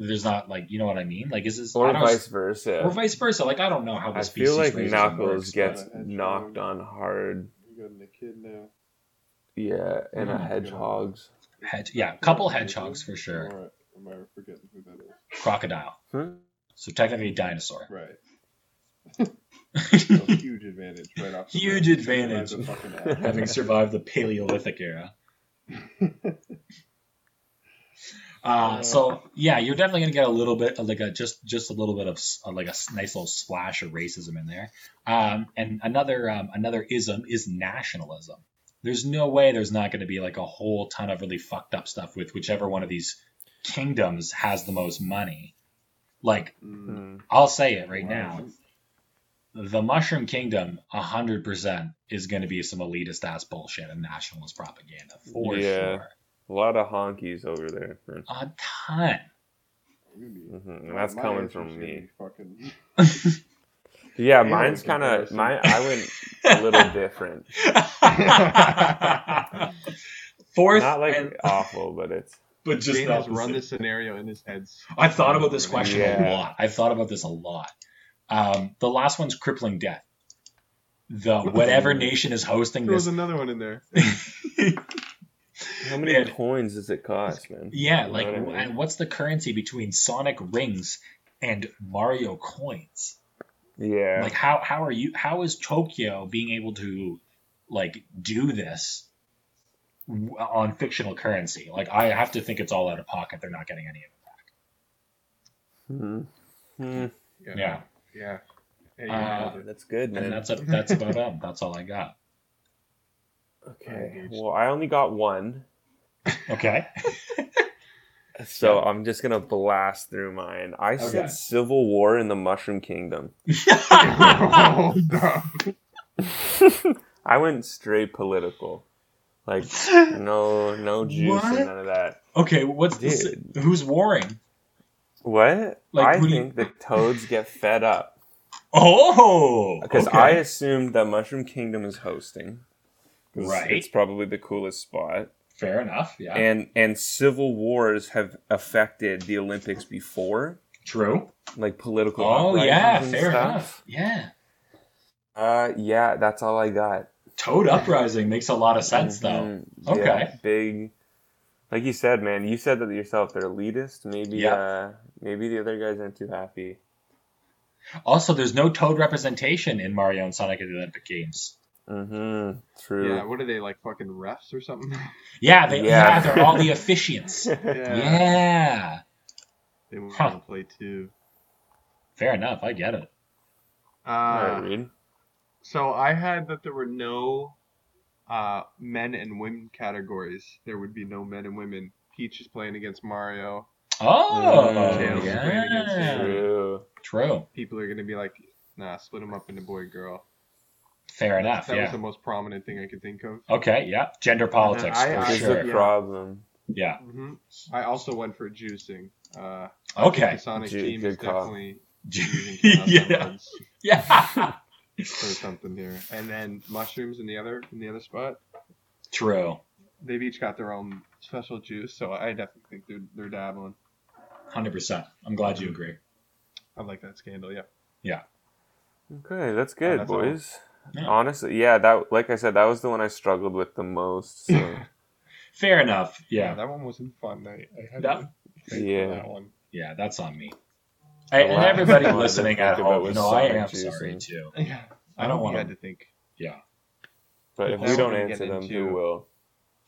D: There's not like you know what I mean. Like is this I
B: Or
D: don't-
B: vice versa.
D: or vice versa? Like I don't know how
B: I
D: this
B: feel like
D: racism
B: Knuckles
D: works,
B: gets
E: but-
B: knocked on hard.
E: You got a kid now.
B: Yeah, and a
D: Mhm.
B: hedgehogs.
D: but hedge- yeah, a couple hedgehogs for sure.
E: Or am I forgetting who that is?
D: Crocodile.
B: Hmm?
D: So technically a dinosaur.
E: Right. So huge advantage right off. the
D: Huge
E: rip.
D: advantage.
E: Survive the fucking app.
D: having survived the Paleolithic era. Uh, so yeah, you're definitely gonna get a little bit, like a just just a little bit of s- uh, like a s- nice little splash of racism in there. Um, and another um, another ism is nationalism. There's no way there's not going to be like a whole ton of really fucked up stuff with whichever one of these kingdoms has the most money. Like
E: Mm.
B: Mm.
D: I'll say it right
E: Wow.
D: now, the Mushroom Kingdom, hundred percent, is going to be some elitist ass bullshit and nationalist propaganda for
B: Yeah.
D: sure.
B: A lot of honkies over there.
D: A ton.
E: I'm gonna be-
B: Mhm, and
E: my-
B: that's
E: my
B: coming
E: answer's
B: from
E: gonna
B: me.
E: be Fucking...
B: Yeah,
E: Yeah,
B: mine's
E: good
B: kind of
E: comparison.
B: mine. I went a little different.
D: Fourth,
B: Not like
D: and-
B: awful, but it's
D: but just
F: Jane
D: the
F: has
D: opposite.
F: run this scenario in his head.
D: I've thought about this question a
B: Yeah.
D: lot. I've thought about this a lot. Um, the last one's crippling death. The whatever nation is hosting
F: There was
D: this,
F: another one in there.
B: how many
D: Man.
B: coins does it cost, man?
D: yeah,
B: You
D: like,
B: know what I mean?
D: and what's the currency between Sonic rings and Mario coins?
B: yeah,
D: like how how are you how is Tokyo being able to like do this w- on fictional currency like I have to think it's all out of pocket they're not getting any of
B: Mhm. Mhm.
F: Yeah.
D: it yeah
F: Yeah. Hey, you
D: Uh,
F: nailed it.
B: that's good, man.
D: and that's a, that's about it that's all I got
B: okay. Well, I only got one,
D: okay
B: so I'm just gonna blast through mine. I
D: Okay.
B: said civil war in the Mushroom Kingdom.
F: Oh, no.
B: I went straight political, like no no juice
D: What?
B: and none of that.
D: okay what's this
B: Dude.
D: who's warring
B: What?
D: Like,
B: I
D: who do you-
B: think the toads get fed up.
D: oh
B: Because
D: okay.
B: I assumed that Mushroom Kingdom is hosting. 'Cause
D: Right.
B: It's probably the coolest spot.
D: fair enough yeah
B: And and civil wars have affected the Olympics before,
D: true
B: like political.
D: oh
B: uprisings
D: yeah
B: and
D: fair
B: stuff.
D: enough yeah
B: Uh, yeah, that's all I got.
D: Toad Uprising makes a lot of sense
B: Mhm.
D: though.
B: Yeah,
D: Okay.
B: big. Like you said, man, you said that yourself. They're elitist. Maybe
D: Yeah.
B: uh, maybe the other guys aren't too happy.
D: though also there's no Toad representation in Mario and Sonic at the Olympic Games
B: Mm-hmm. True.
F: Yeah, what are they, like fucking refs or something?
D: Yeah, they, yeah.
B: Yeah.
D: they're all the officiants.
F: Yeah.
D: yeah.
F: They want
D: Huh.
F: to play too.
D: Fair enough. I get it.
F: Uh,
B: All right, Reed.
F: So I had that there were no uh, men and women categories. There would be no men and women. Peach is playing against Mario.
D: Oh,
B: Mm,
D: yeah. True.
B: True.
F: People are going to be like, nah, split them up into boy girl.
D: Fair enough.
F: that was
D: yeah. Oh.
F: the most prominent thing I could think of.
D: Okay. Yeah. Gender
B: Uh-huh.
D: politics
F: I-
D: for
F: I-
B: This
D: sure.
B: is a
F: Yeah.
B: problem.
D: yeah.
F: hmm I also went for juicing. Uh, I think
D: Okay.
F: The Sonic
B: Ju-
F: team
B: good
F: is
B: call.
F: definitely using
D: yeah.
F: yeah.
D: Yeah.
F: for something here. And then mushrooms in the other in the other spot.
D: True.
F: They've each got their own special juice, so I definitely think they're they're dabbling.
D: Hundred percent. I'm glad you agree.
F: I like that scandal. Yeah.
B: Okay, that's good,
F: that's all.
B: boys.
D: Yeah.
B: Honestly, yeah, that like I said, that was the one I struggled with the most. So
D: Fair enough. Yeah.
F: That one wasn't fun. I, I had
D: That-
F: to think
B: Yeah.
F: for that one.
D: Yeah. That's on me. I, and
B: lot-
D: everybody
B: a lot to
D: listening at
B: think about
D: home, you
B: with
D: know, I
B: Sonic
D: am
B: juicing.
D: sorry too.
F: Yeah.
D: I don't
F: We
D: wanna-
F: had to think.
B: but if
F: That
B: we don't
F: one we
B: answer
F: get
B: them, who
F: into.
B: will?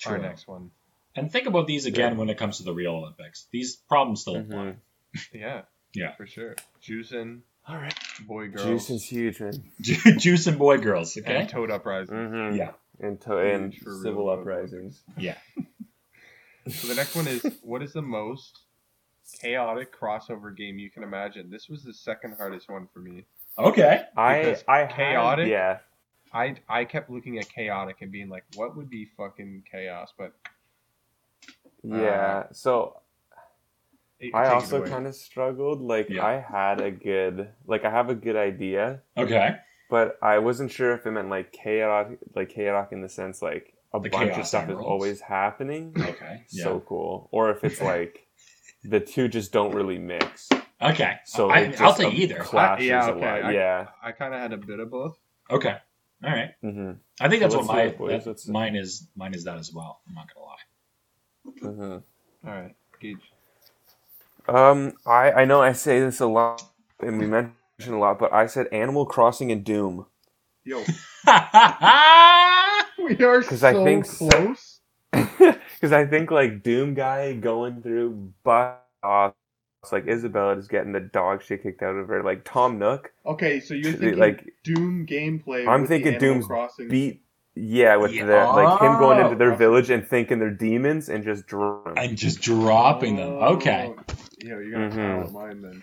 F: Our
D: True.
F: next one.
D: And think about these again when it comes to the real Olympics. These problems still
F: Mm-hmm.
D: apply.
B: Mhm.
F: Yeah.
D: Yeah.
F: For sure. Juicing.
B: All right,
F: Boy girls.
B: juice is huge, man.
D: Ju- Juice and boy girls.
F: And
D: Okay.
F: Toad Uprising.
B: Mm-hmm.
D: Yeah.
B: and to, and
F: Huge for real,
B: civil
F: bro.
B: uprisings.
F: So the next one is what is the most chaotic crossover game you can imagine. This was the second hardest one for me.
D: Okay.
B: I
F: Because
B: I had-
F: chaotic?
B: yeah.
F: I I kept looking at chaotic and being like, what would be fucking chaos? But
B: Uh, Yeah. so
F: it,
B: I
F: take it
B: also
F: away.
B: kind of struggled. Like
D: Yeah.
B: I had a good, like I have a good idea,
D: Okay.
B: but I wasn't sure if it meant like chaotic, like chaotic in the sense like a
D: The
B: bunch of
D: chaos
B: stuff
D: emeralds.
B: is always happening.
D: Okay. Yeah.
B: So cool, or if it's like the two just don't really mix.
D: okay.
B: So
D: I,
B: it
D: I'll
B: just,
D: take
B: um,
D: either.
B: Clashes
F: Yeah,
B: a
F: okay,
B: lot.
F: I-
B: yeah.
F: I kind of had a bit of both.
D: Okay. All right.
B: hmm
D: I think that's
B: So
D: what
B: let's
D: my
B: do it, boys.
D: that-
B: Let's-
D: mine is. Mine is that as well. I'm not gonna lie.
B: hmm
F: All right, Gage.
B: Um, I I know I say this a lot, and we mention a lot, but I said Animal Crossing and Doom.
E: Yo,
F: We are
B: 'Cause I so think so.
F: close.
B: Because I think like Doom guy going through but off, like Isabella just getting the dog shit kicked out of her. Like Tom Nook
E: okay, so you're
B: They,
E: thinking
B: like-
E: Doom gameplay.
B: I'm
E: with the
B: thinking
E: Animal
B: Doom's
E: Crossing.
B: beat yeah with
D: Yeah.
B: that like him going into their
E: Oh.
B: village and thinking they're demons and just drawing.
D: I'm just dropping them. Okay.
E: Oh, Yo, you're gonna
B: Mhm.
E: mm mine then.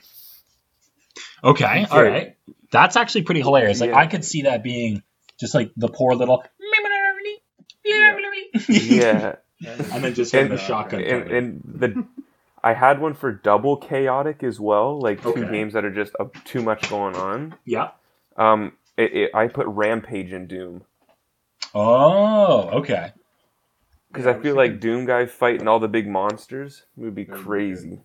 D: Okay. All
B: Sure.
D: right. That's actually pretty hilarious. Like
B: Oh. Yeah.
D: I could see that being just like the poor little.
B: yeah,
D: And then just
B: And-
D: hitting the shotgun.
B: and,
D: cover.
B: and the I had one for double chaotic as well. Like two
D: Okay.
B: games that are just uh, too much going on.
D: yeah.
B: Um, it, it, I put Rampage in Doom.
D: Oh. Okay.
B: Because
E: Yeah, I
B: I
E: was
B: feel like Doom guy fighting all the big monsters would be
E: That would be
B: crazy.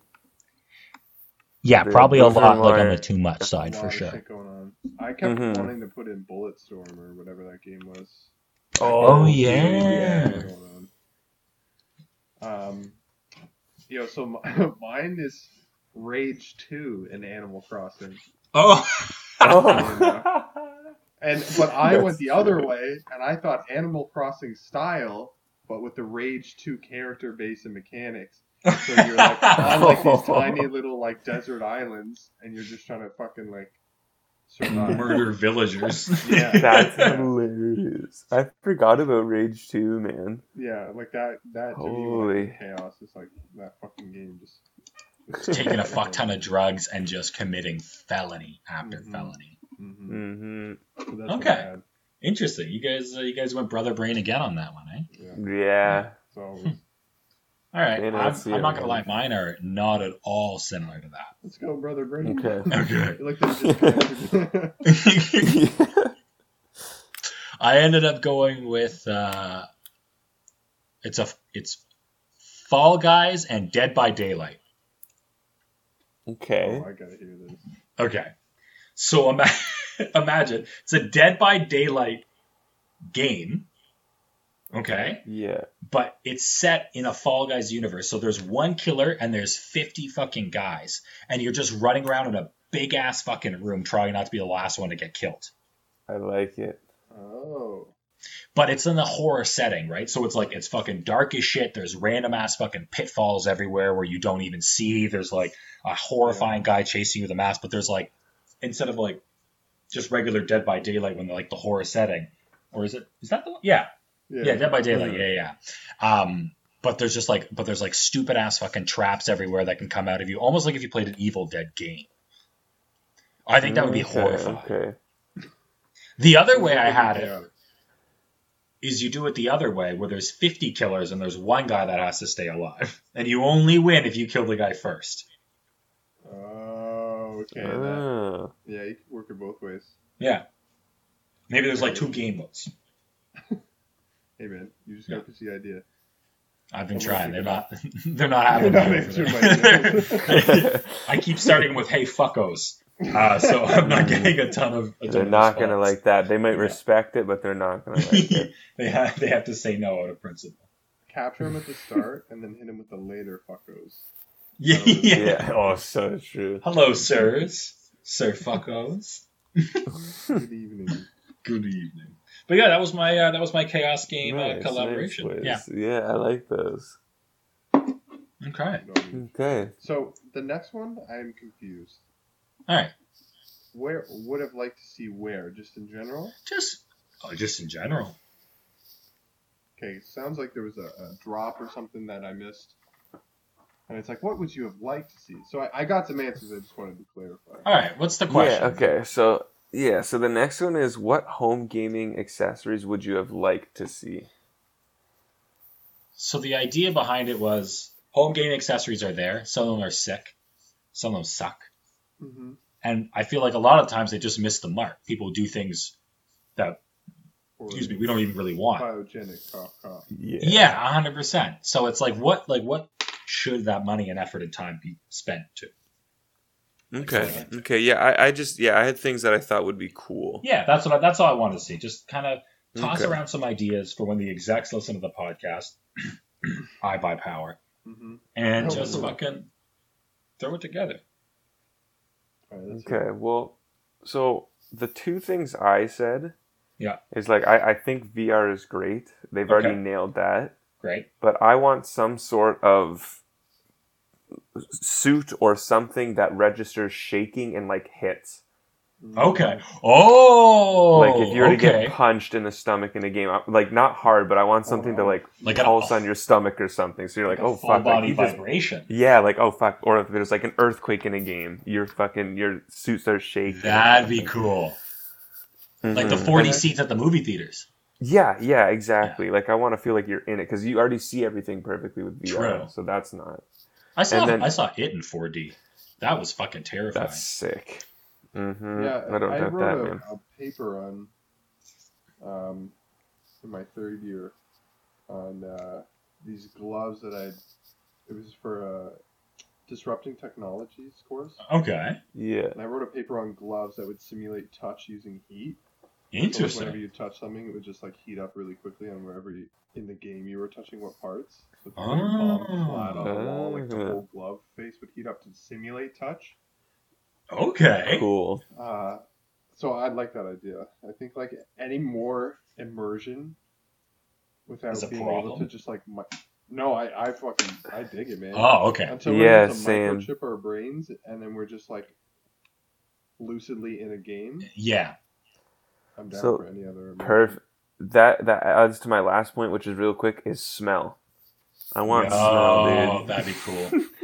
D: Yeah.
B: The-
D: Probably a
B: those are
D: lot like on
B: my-
D: the too much side
E: Lot
D: for
E: of
D: sure.
E: shit going on. I kept
B: Mhm.
E: wanting to put in Bulletstorm or whatever that game was.
D: Oh,
B: dude,
D: yeah.
E: Going on. Um, you know, so my, mine is Rage Two in Animal Crossing,
D: Oh.
B: Oh.
E: and but I
B: That's
E: went the other way, and I thought Animal Crossing style, but with the Rage Two character base and mechanics. So you're like on like these tiny little like desert islands, and you're just trying to fucking like survive.
D: Murder villagers.
E: Yeah.
B: That's hilarious. I forgot about Rage 2, man.
E: Yeah, like that. That to me,
B: Holy.
E: like, chaos is like that fucking game just
D: taking a fuck ton of drugs and just committing felony after
E: Mhm.
D: felony.
E: hmm
B: hmm
D: Mm. Okay. Interesting. You guys, uh, you guys went brother brain again on that one, eh?
B: Yeah.
E: So
D: All right.
B: Yeah,
D: I'm,
B: no,
D: I'm
B: that's the
D: not
B: other
D: gonna lie.
B: one.
D: Mine are not at all similar to that.
E: let's go, brother Brady.
D: Okay.
E: You like those disconnected-
D: I ended up going with uh, it's a it's Fall Guys and Dead by Daylight.
B: okay.
E: Oh, I gotta hear this.
D: Okay. So ima- imagine it's a Dead by Daylight game. Okay.
B: Yeah.
D: but it's set in a Fall Guys universe. So there's one killer and there's 50 fucking guys. And you're just running around in a big ass fucking room trying not to be the last one to get killed.
B: I like it.
E: Oh,
D: But it's in the horror setting, right? So it's like, it's fucking dark as shit. There's random ass fucking pitfalls everywhere where you don't even see. There's like a horrifying guy chasing you with a mask, but there's like, instead of like just regular Dead by Daylight when they're like the horror setting, or is it, is that the one? Yeah.
E: yeah.
D: Yeah, Dead by Daylight.
B: Mhm.
D: Yeah, yeah. yeah. Um, but there's just like, but there's like stupid ass fucking traps everywhere that can come out of you, almost like if you played an Evil Dead game. I think that would be
B: Okay,
D: horrifying.
B: Okay.
D: The other way I had it is you do it the other way, where there's 50 killers and there's one guy that has to stay alive, and you only win if you kill the guy first.
E: Oh, okay. that-
B: Ah.
E: yeah, you can work it both ways.
D: Yeah. Maybe there's like two game modes.
E: Hey man, you just gotta pitch the idea.
D: I've been
E: Unless
D: trying. They're
E: you go-
D: not. They're not having
E: They're not
D: me over
E: answering
B: Ah.
D: there. I keep starting with "Hey fuckos," uh, so I'm not getting a ton of. A ton
B: They're
D: of
B: not going to
D: response.
B: like that. They might
D: Yeah.
B: respect it, but they're not going to like Oh, it.
D: they have they have to say no out of principle.
E: Capture him at the start and then hit him with the later fuckos.
D: Yeah.
B: yeah. Oh, so true.
D: Hello, sirs, sir fuckos.
E: Good evening.
D: Good evening. But yeah, that was my uh, that was my chaos game uh,
B: Nice,
D: collaboration.
B: nice ways. yeah, I like those.
D: yeah. Okay.
E: You know what I mean?
B: Okay.
E: So the next one, I'm confused.
D: All right.
E: Where would have liked to see where? Just in general?
D: Just oh, just in general.
E: Okay, sounds like there was a, a drop or something that I missed. And it's like, what would you have liked to see? So I, I got some answers. I just wanted to clarify.
D: All right, what's the question?
B: Yeah, okay. So yeah, so the next one is what home gaming accessories would you have liked to see?
D: So the idea behind it was home game accessories are there. Some of them are sick. Some of them suck.
E: Mm-hmm.
D: And I feel like a lot of times they just miss the mark. People do things that,
E: Or
D: excuse me, we don't even really want.
E: Biogenic, cough, cough.
B: Yeah.
D: Yeah, hundred percent. So it's like what, like what should that money and effort and time be spent to?
B: Okay. Okay. Yeah. I, I just yeah I had things that I thought would be cool.
D: Yeah, that's what I, that's all I want to see. Just kind of toss
B: Okay.
D: around some ideas for when the execs listen to the podcast. I buy power
E: Mm-hmm.
D: and
E: Oh,
D: just
E: cool.
D: fucking throw it together.
E: All right, that's
B: Okay. Well, so the two things I said.
D: Yeah.
B: Is like I I think VR is great. They've already
D: Okay.
B: nailed that.
D: Great.
B: But I want some sort of suit or something that registers shaking and like hits.
E: it.
D: Okay. Oh,
B: Mm-hmm. like if you were to
D: okay.
B: get punched in the stomach in a game, I- like not hard, but I want something to like,
D: Oh. Like a-
B: pulse on your stomach or something. So you're like,
D: a
B: oh
D: full
B: fuck, like,
D: body
B: he just-
D: vibration.
B: yeah, like oh fuck, or if there's like an earthquake in a game, your fucking your suit starts shaking.
D: That'd be cool. Like the
B: Mhm.
D: 40 seats at the movie theaters.
B: Yeah, yeah, exactly. Like I want to feel like you're in it because you already see everything perfectly with VR.
D: True.
B: So that's not
D: I saw
B: And then-
D: I saw it in 4D. That was fucking terrifying.
B: that's sick. Mm-hmm.
E: Yeah,
B: I don't doubt that,
E: wrote
B: man.
E: a, a paper on, um, in my third year, on uh, these gloves that I. It was for a disrupting technologies course,
D: Okay.
B: Yeah,
E: and I wrote a paper on gloves that would simulate touch using heat. So like, whenever
D: Interesting.
E: you touch something, it would just like heat up really quickly on wherever you, in the game you were touching what parts. So if you put your palm
D: Oh.
E: flat on the wall, like the
B: Okay.
E: whole glove face would heat up to simulate touch.
D: Okay.
B: cool.
E: Uh, so I like that idea. I think like any more immersion without
D: Is a
E: being able
D: problem?
E: to just like mi- no, I I fucking I dig it, man.
D: Oh, okay.
E: Until we're
B: Yeah,
E: able to
B: same.
E: microchip our brains and then we're just like lucidly in a game.
D: Yeah.
E: I'm down
B: So,
E: for any other. immersion.
B: Perfect. That that adds to my last point, which is real quick, is smell. I want smell,
D: Oh,
B: dude.
D: that'd be cool. Oh.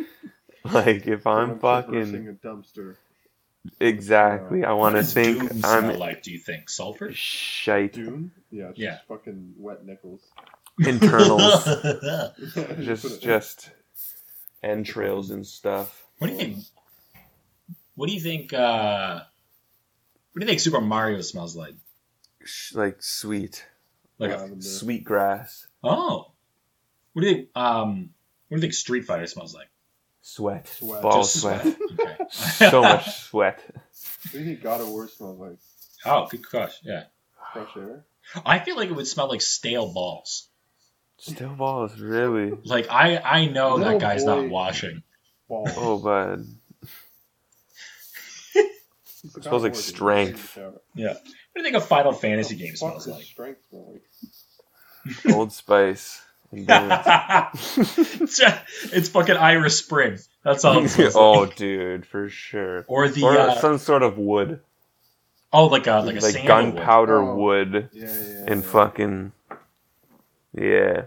B: Like if
E: Someone
B: I'm fucking
E: traversing a dumpster.
B: exactly, I want
D: What
B: to
D: does
B: think
D: Doom smell
B: I'm
D: like? Do you think sulfur?
B: shite
E: Doom. Yeah, it's
D: Yeah.
E: just fucking wet nickels.
B: internals,
D: what
B: just just entrails and stuff.
D: do you think? What do you think? Uh, what do you think Super Mario smells like?
B: Sh- Like sweet,
D: Like, a,
E: Lavender.
B: sweet grass,
D: oh, what do you think? Um, what do you think Street Fighter smells like?
B: sweat,
E: Sweat.
B: ball
D: Just
B: sweat,
D: Okay.
B: so much sweat.
E: What do you think God of War smells like?
D: Oh, good gosh. Yeah.
E: Fresh air.
D: I feel like it would smell like stale balls.
B: Still balls, really.
D: Like I, I know
E: Little
D: that guy's
E: Oh, boy.
D: not washing.
E: Balls.
B: Oh, bud.
E: It's the
B: smells
E: God of
B: like
E: War dude.
B: strength.
D: What do you think a Final Fantasy
E: What the
D: game
E: fuck
D: smells
E: does
D: like?
E: Strength smell like.
B: Old Spice. and donuts.
D: it's, it's fucking Iris Spring. That's all. It smells like.
B: oh, dude, for sure.
D: Or the
B: or
D: uh,
B: some sort of wood,
D: oh, like a like a
B: like,
D: sandalwood.
B: gunpowder
E: Oh.
B: wood,
E: Yeah, yeah.
B: and
E: yeah.
B: fucking yeah.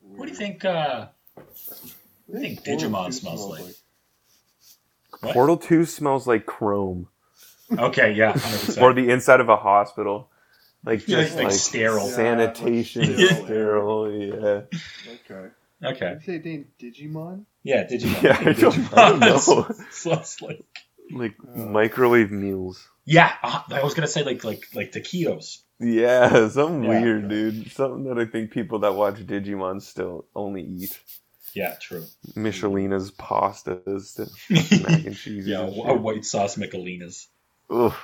D: What do you think? Uh,
E: What
D: do you think Digimon smells like? What?
B: Portal Two smells like chrome,
D: okay, yeah, 100%.
B: or the inside of a hospital, like
D: Yeah,
B: just
D: like
B: like
D: sterile.
B: sanitation,
E: Yeah, like
B: sterile. Yeah,
E: Okay. Did
D: okay,
E: you say name Digimon?
D: yeah, Digimon.
B: yeah. I don't, I don't know.
D: Smells like
B: Like
E: Uh.
B: microwave mules.
D: yeah. Uh, I was gonna say like like like taquitos.
B: Yeah, something
D: Yeah.
B: weird, dude. Something that I think people that watch Digimon still only eat.
D: Yeah, true.
B: Michelina's pastas, mac
D: yeah,
B: and cheese.
D: a white sauce Michelinas.
B: Oof.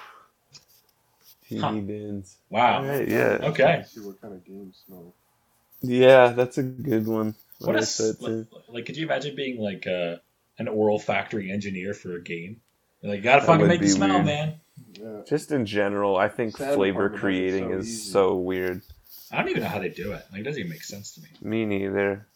B: Teeny
D: Huh.
B: bins.
D: Wow.
B: Alright, yeah.
D: Okay.
E: Let's see what kind of games smell.
B: Yeah, that's a good one.
D: What
B: I
D: a
B: like
D: s-
B: that
D: like,
B: too.
D: like, could you imagine being like uh, an oral factory engineer for a game? You're like, you gotta
B: That
D: fucking
B: would
D: make it
B: be
D: smell,
B: weird.
D: man.
E: Yeah.
B: Just in general, I think
E: Sad
B: flavor
E: part about it,
B: creating
E: so
B: is
E: easy.
B: so weird.
D: I don't even know how they do it. Like, it doesn't even make sense to me.
B: Me neither.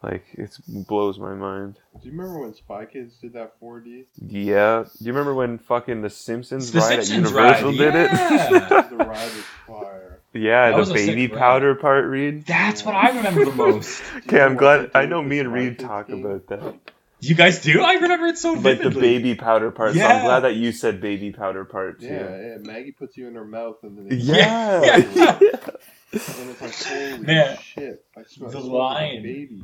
B: Like it blows my mind.
E: Do you remember when Spy Kids did that 4D?
B: Yeah. Do you remember when fucking The Simpsons
D: The
B: ride
D: Simpsons
B: at Universal
D: ride,
B: did
D: yeah.
B: it?
E: the ride was fire.
B: Yeah,
D: That was
B: the
D: a
B: baby
D: sick rap.
B: powder part, Reed.
D: That's what I remember the most.
B: Okay, I'm glad. I know
E: Dude,
B: me and Reed
E: it's
B: talk
E: fine.
B: about that.
D: You guys do? I remember it so
B: Like
D: vividly.
B: the baby powder part. So I'm
D: Yeah.
B: glad that you said baby powder part too.
E: Yeah, yeah, Maggie puts you in her mouth and then it-
B: Yeah.
D: Yeah.
E: and it's like, holy
D: Man,
E: shit! I smell
D: the
E: I smell
D: line.
E: Like a baby.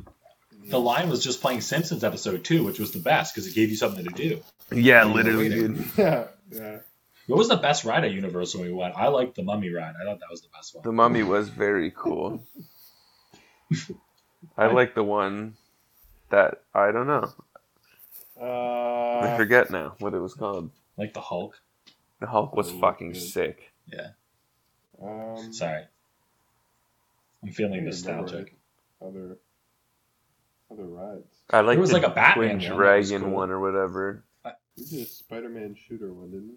E: And
D: The line was just playing Simpsons episode two, which was the best because it gave you something to do.
B: Yeah, literally, dude.
E: Yeah, yeah.
D: What was the best ride at Universal we went? I liked the Mummy ride. I thought that was the best one.
B: The mummy was very cool. I like the one that I don't know. I
E: Uh,
B: forget now what it was called.
D: like the Hulk.
B: The Hulk was
E: Oh,
B: fucking
E: good.
B: sick.
E: um,
D: Sorry, I'm
E: I
D: feeling
E: remember
D: nostalgic.
E: Other, other rides.
B: I like
D: There was
B: the
D: like a Batman
B: Twin
D: one that was
B: Dragon
D: cool.
B: one or whatever.
E: We did a Spider-Man shooter one, didn't we?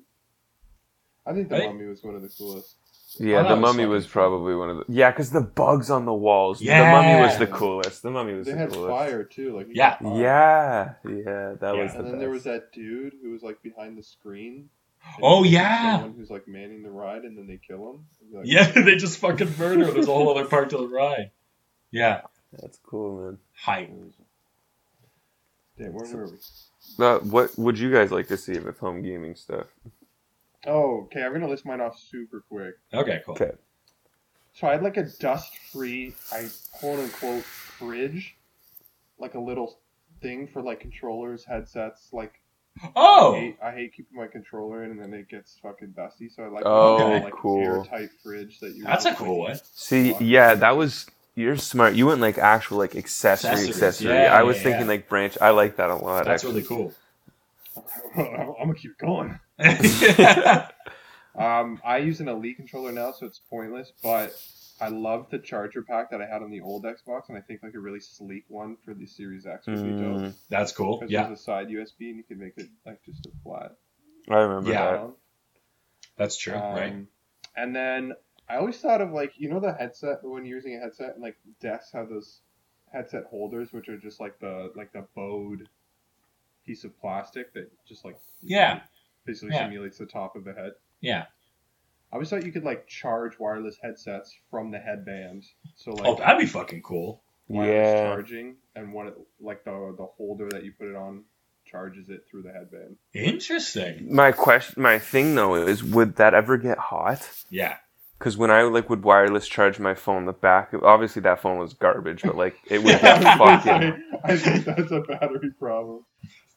E: I think the
D: Right?
E: mummy was one of the coolest.
B: Yeah,
D: Oh,
B: the
D: that was
B: mummy
D: fun.
B: was probably one of the yeah, because the bugs on the walls. the
D: Yeah.
B: mummy was the coolest. The mummy was
E: They
B: the
E: had
B: coolest.
E: fire too, like you
D: Yeah.
E: could fire.
B: Yeah, yeah, that
D: Yeah.
B: was the
E: And then
B: best.
E: there was that dude who was like behind the screen. and
D: Oh,
E: he was
D: yeah.
E: The one who's like manning the ride, and then they kill him. And you're like,
D: Yeah, they just fucking murder. him. There's a whole other part to the ride. Yeah,
B: That's cool, man.
D: hype.
E: Damn, where were we?
B: Uh, what would you guys like to see with home gaming stuff?
E: Oh, okay. I'm gonna list mine off super quick.
D: Okay, cool.
B: Okay.
E: So I had like a dust-free, I quote unquote fridge, like a little thing for like controllers, headsets. Like I,
D: Oh,
E: hate, I hate keeping my controller in, and then it gets fucking dusty. So I like
B: Oh,
E: a little, like
B: cool.
E: airtight fridge that you.
D: that's a
E: like,
D: cool one.
B: See, yeah, that was you're smart. You went like actual like accessory
D: Accessories,
B: accessory.
D: yeah,
B: I was
D: yeah,
B: thinking
D: yeah.
B: like branch. I like that a lot.
D: That's
B: actually.
D: really cool.
E: I'm gonna keep going. Um, I use an Elite controller now, so it's pointless. But I love the charger pack that I had on the old Xbox, and I think like a really sleek one for the Series X would be dope
B: Mm,
D: That's cool.
E: because
D: Yeah,
E: there's a side USB, and you can make it like just a flat.
B: I remember
D: Yeah.
B: that.
E: down.
D: that's true.
E: Um,
D: Right.
E: And then I always thought of like you know the headset when you're using a headset, and like desks have those headset holders, which are just like the like the bowed piece of plastic that just like
D: Yeah.
E: basically
D: Yeah.
E: simulates the top of the head.
D: Yeah.
E: I always thought you could like charge wireless headsets from the headband. So like
D: Oh, that'd be fucking cool.
E: wireless
B: Yeah.
E: charging and one like the the holder that you put it on charges it through the headband.
D: Interesting.
B: My question, my thing though, is would that ever get hot?
D: Yeah.
B: Because when I like would wireless charge my phone, the back obviously that phone was garbage, but like it would get
D: Yeah.
B: fucking.
E: I think that's a battery problem.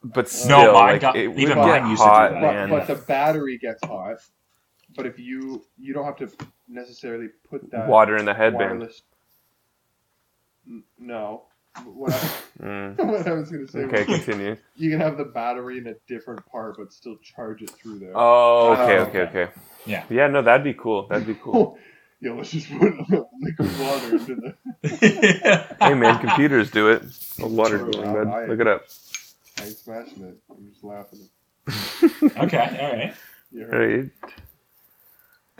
B: But still,
D: No, mine
B: like,
D: got-
B: it would
D: even
B: get
D: mine used to do
B: hot,
D: that.
E: But,
B: man.
E: but the battery gets hot. But if you you don't have to necessarily put
D: uh,
E: that
B: Water in the headband.
E: wireless. N- No, what I,
B: Mm.
E: what I was gonna say.
B: Okay,
E: was
B: continue.
E: you can have the battery in a different part, but still charge it through there.
B: Oh, okay,
E: Oh,
B: okay, okay.
D: Um, Yeah.
B: Yeah, no, that'd be cool. That'd be cool.
E: Yo, let's just put liquid water into the.
B: hey man, computers do it. Oh, water's
E: True,
B: going,
E: I-
B: bud. Look it up.
E: I ain't smashing it. I'm just laughing.
D: okay. All right.
E: You heard
B: Hey.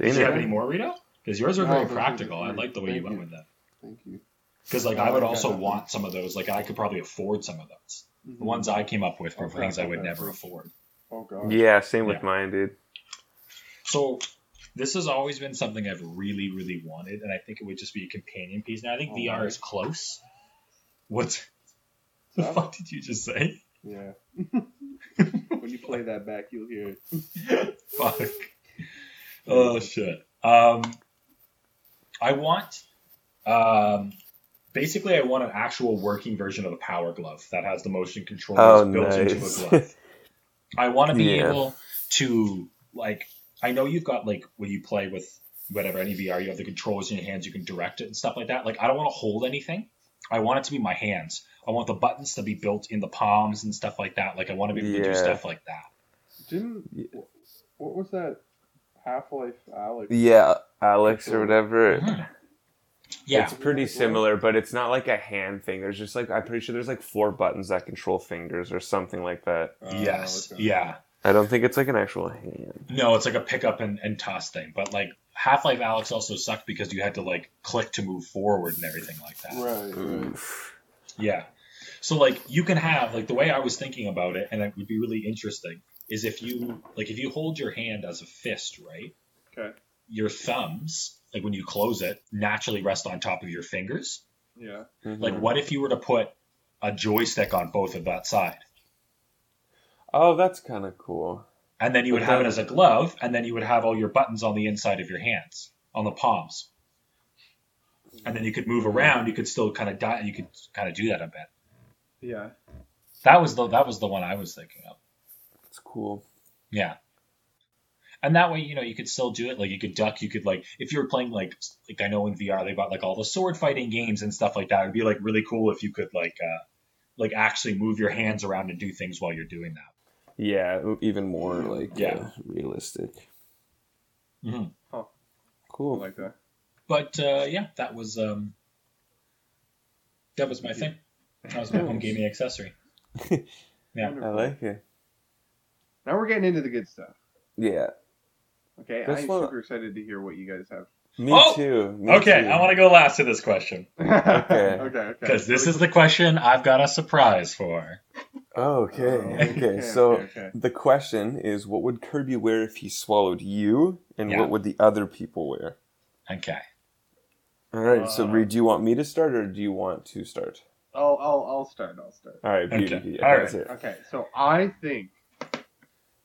D: Did you have
B: Dana.
D: any more, Rito? Because yours are
E: No,
D: very
E: those are
D: practical.
E: just
D: I
E: mine.
D: like the way you
E: Thank
D: went
E: you.
D: with that.
E: Thank you.
D: Because like
E: No,
D: I would
E: I
D: also
E: got it.
D: want some of those. Like I could probably afford some of those. The
E: Mhm.
D: ones I came up with were
E: Okay,
D: things I would
E: okay.
D: never afford.
E: Oh god.
B: Yeah, same with
D: Yeah.
B: mine, dude.
D: So this has always been something I've really, really wanted, and I think it would just be a companion piece. Now I think VR
E: Alright.
D: is close. What the
E: Huh?
D: fuck did you just say?
E: Yeah. when you play that back, you'll hear it.
D: Fuck. oh shit. Um, I want. Um, basically, I want an actual working version of the Power Glove that has the motion controls
B: Oh,
D: built into
B: nice.
D: a glove. I want to be
B: Yeah.
D: able to like. I know you've got like when you play with whatever any VR, you have the controllers in your hands, you can direct it and stuff like that. Like I don't want to hold anything. I want it to be my hands. I want the buttons to be built in the palms and stuff like that. Like I want to be able to
B: Yeah.
D: do stuff like that.
E: Didn't.
B: Yeah.
E: wh- What was that? Half Life Alex.
B: Yeah, Alex or whatever.
D: Mhm. Yeah.
B: It's pretty similar, but it's not like a hand thing. There's just like I'm pretty sure there's like four buttons that control fingers or something like that.
E: Oh,
D: yes.
E: okay.
D: Yeah.
B: I don't think it's like an actual hand.
D: No, it's like a pick up and, and toss thing. But like Half Life Alex also sucked because you had to like click to move forward and everything like that.
E: Right. right.
B: Oof.
D: Yeah. So like you can have like the way I was thinking about it, and it would be really interesting, is if you like if you hold your hand as a fist, right?
E: Okay.
D: your thumbs, like when you close it, naturally rest on top of your fingers.
E: Yeah.
B: Mm-hmm.
D: Like,
E: Mm-hmm.
D: what if you were to put a joystick on both of that side?
B: oh, that's kind of cool.
D: And then you would
B: But
D: have
B: then-
D: it as a glove, and then you would have all your buttons on the inside of your hands, on the palms. And then you could move around. You could still kind of die. You could kind of do that a bit.
E: Yeah.
D: That was the that was the one I was thinking of.
B: It's cool.
D: Yeah. And that way, you know, you could still do it. Like you could duck. You could like if you were playing like like I know in VR they bought like all the sword fighting games and stuff like that. It'd be like really cool if you could like uh like actually move your hands around and do things while you're doing that.
B: Yeah, o- even more like
D: Yeah.
B: uh, realistic.
D: Mhm.
E: Huh. I
B: Cool.
E: like that.
D: But uh, yeah, that was um that was my thing. That was my home gaming accessory. Yeah.
B: I
E: Wonderful.
B: like it.
E: Now we're getting into the good stuff.
B: Yeah.
E: Okay,
B: This
E: I'm
B: one-
E: super excited to hear what you guys have.
B: Me
D: Oh!
B: too. Me
D: Okay,
B: too.
D: I want to go last to this question
B: Okay.
E: okay, okay.
D: because this is the question I've got a surprise for.
B: Okay. Okay.
E: okay,
B: so
E: okay, okay.
B: the question is, what would Kirby wear if he swallowed you, and
D: Yeah.
B: what would the other people wear?
D: Okay.
B: All right. so,
E: Uh,
B: Reed, do you want me to start, or do you want to start?
E: I'll, I'll, I'll start. I'll start.
B: All right.
D: Okay.
B: Beauty. Okay.
D: All
B: that's it.
E: Okay, so I think.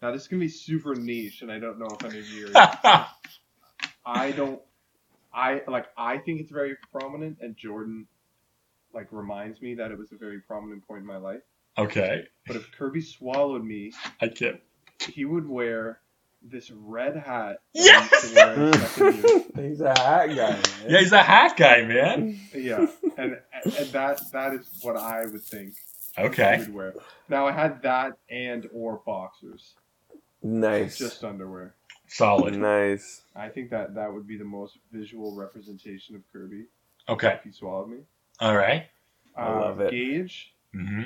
E: Now, this is going to be super niche, and I don't know if any of you are.
D: yeah.
E: I don't. I like. I think it's very prominent, and Jordan, like, reminds me that it was a very prominent point in my life.
D: Okay.
E: But if Kirby swallowed me,
D: I can't.
E: he would wear this red hat. that
D: Yes!
E: I used to wear in second year.
B: He's a hat guy. man.
D: Yeah, he's a hat guy, man.
E: Yeah, and, and that that is what I would think he
D: Okay.
E: would wear. Now I had that and or boxers,
B: Nice.
E: just underwear.
D: Solid.
B: Nice.
E: I think that that would be the most visual representation of Kirby
D: Okay.
E: if he swallowed me. Um,
D: All right.
B: I love it.
E: Gage,
D: Mm-hmm.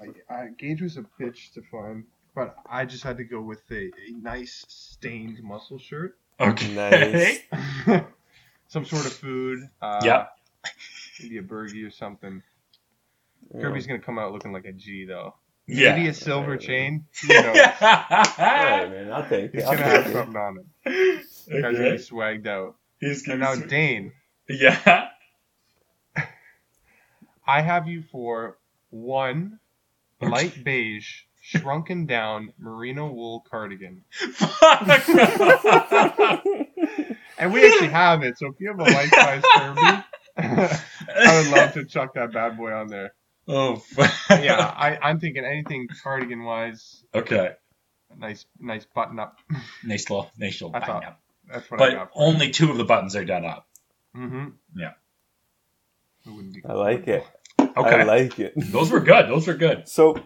E: I-
F: I, Gage was a bitch to find, but I just had to go with a, a nice stained muscle shirt,
B: Nice.
D: Okay.
F: some sort of food. Uh,
D: Yeah.
F: Maybe a burger or something.
B: Yeah.
F: Kirby's gonna come out looking like a G though. Maybe
D: Yeah.
F: a silver chain. You know,
B: All
D: Yeah.
B: right, man. I'll take it.
F: he's
B: I'll
F: gonna have
B: take it.
F: something on it. Guy's gonna be
D: okay.
F: swagged out.
D: He's
F: And
D: gonna
F: now
D: sw-
F: Dane,
D: Yeah.
F: I have you for one light beige, shrunken down merino wool cardigan.
D: Fuck.
F: And we actually have it, so if you have a life-size Kirby, I would love to chuck that bad boy on there.
D: oh. Fuck.
F: Yeah, I, I'm thinking anything cardigan-wise,
D: Okay.
F: nice, nice button-up.
D: Nice little, nice little
F: I
D: button
F: thought-
D: up.
F: That's what I
D: But
F: got. For
D: only two of the buttons are done up.
F: Mm-hmm.
D: Yeah.
F: It wouldn't be
B: I like it. I
D: Okay.
B: like it.
D: Those were good. Those were good.
B: So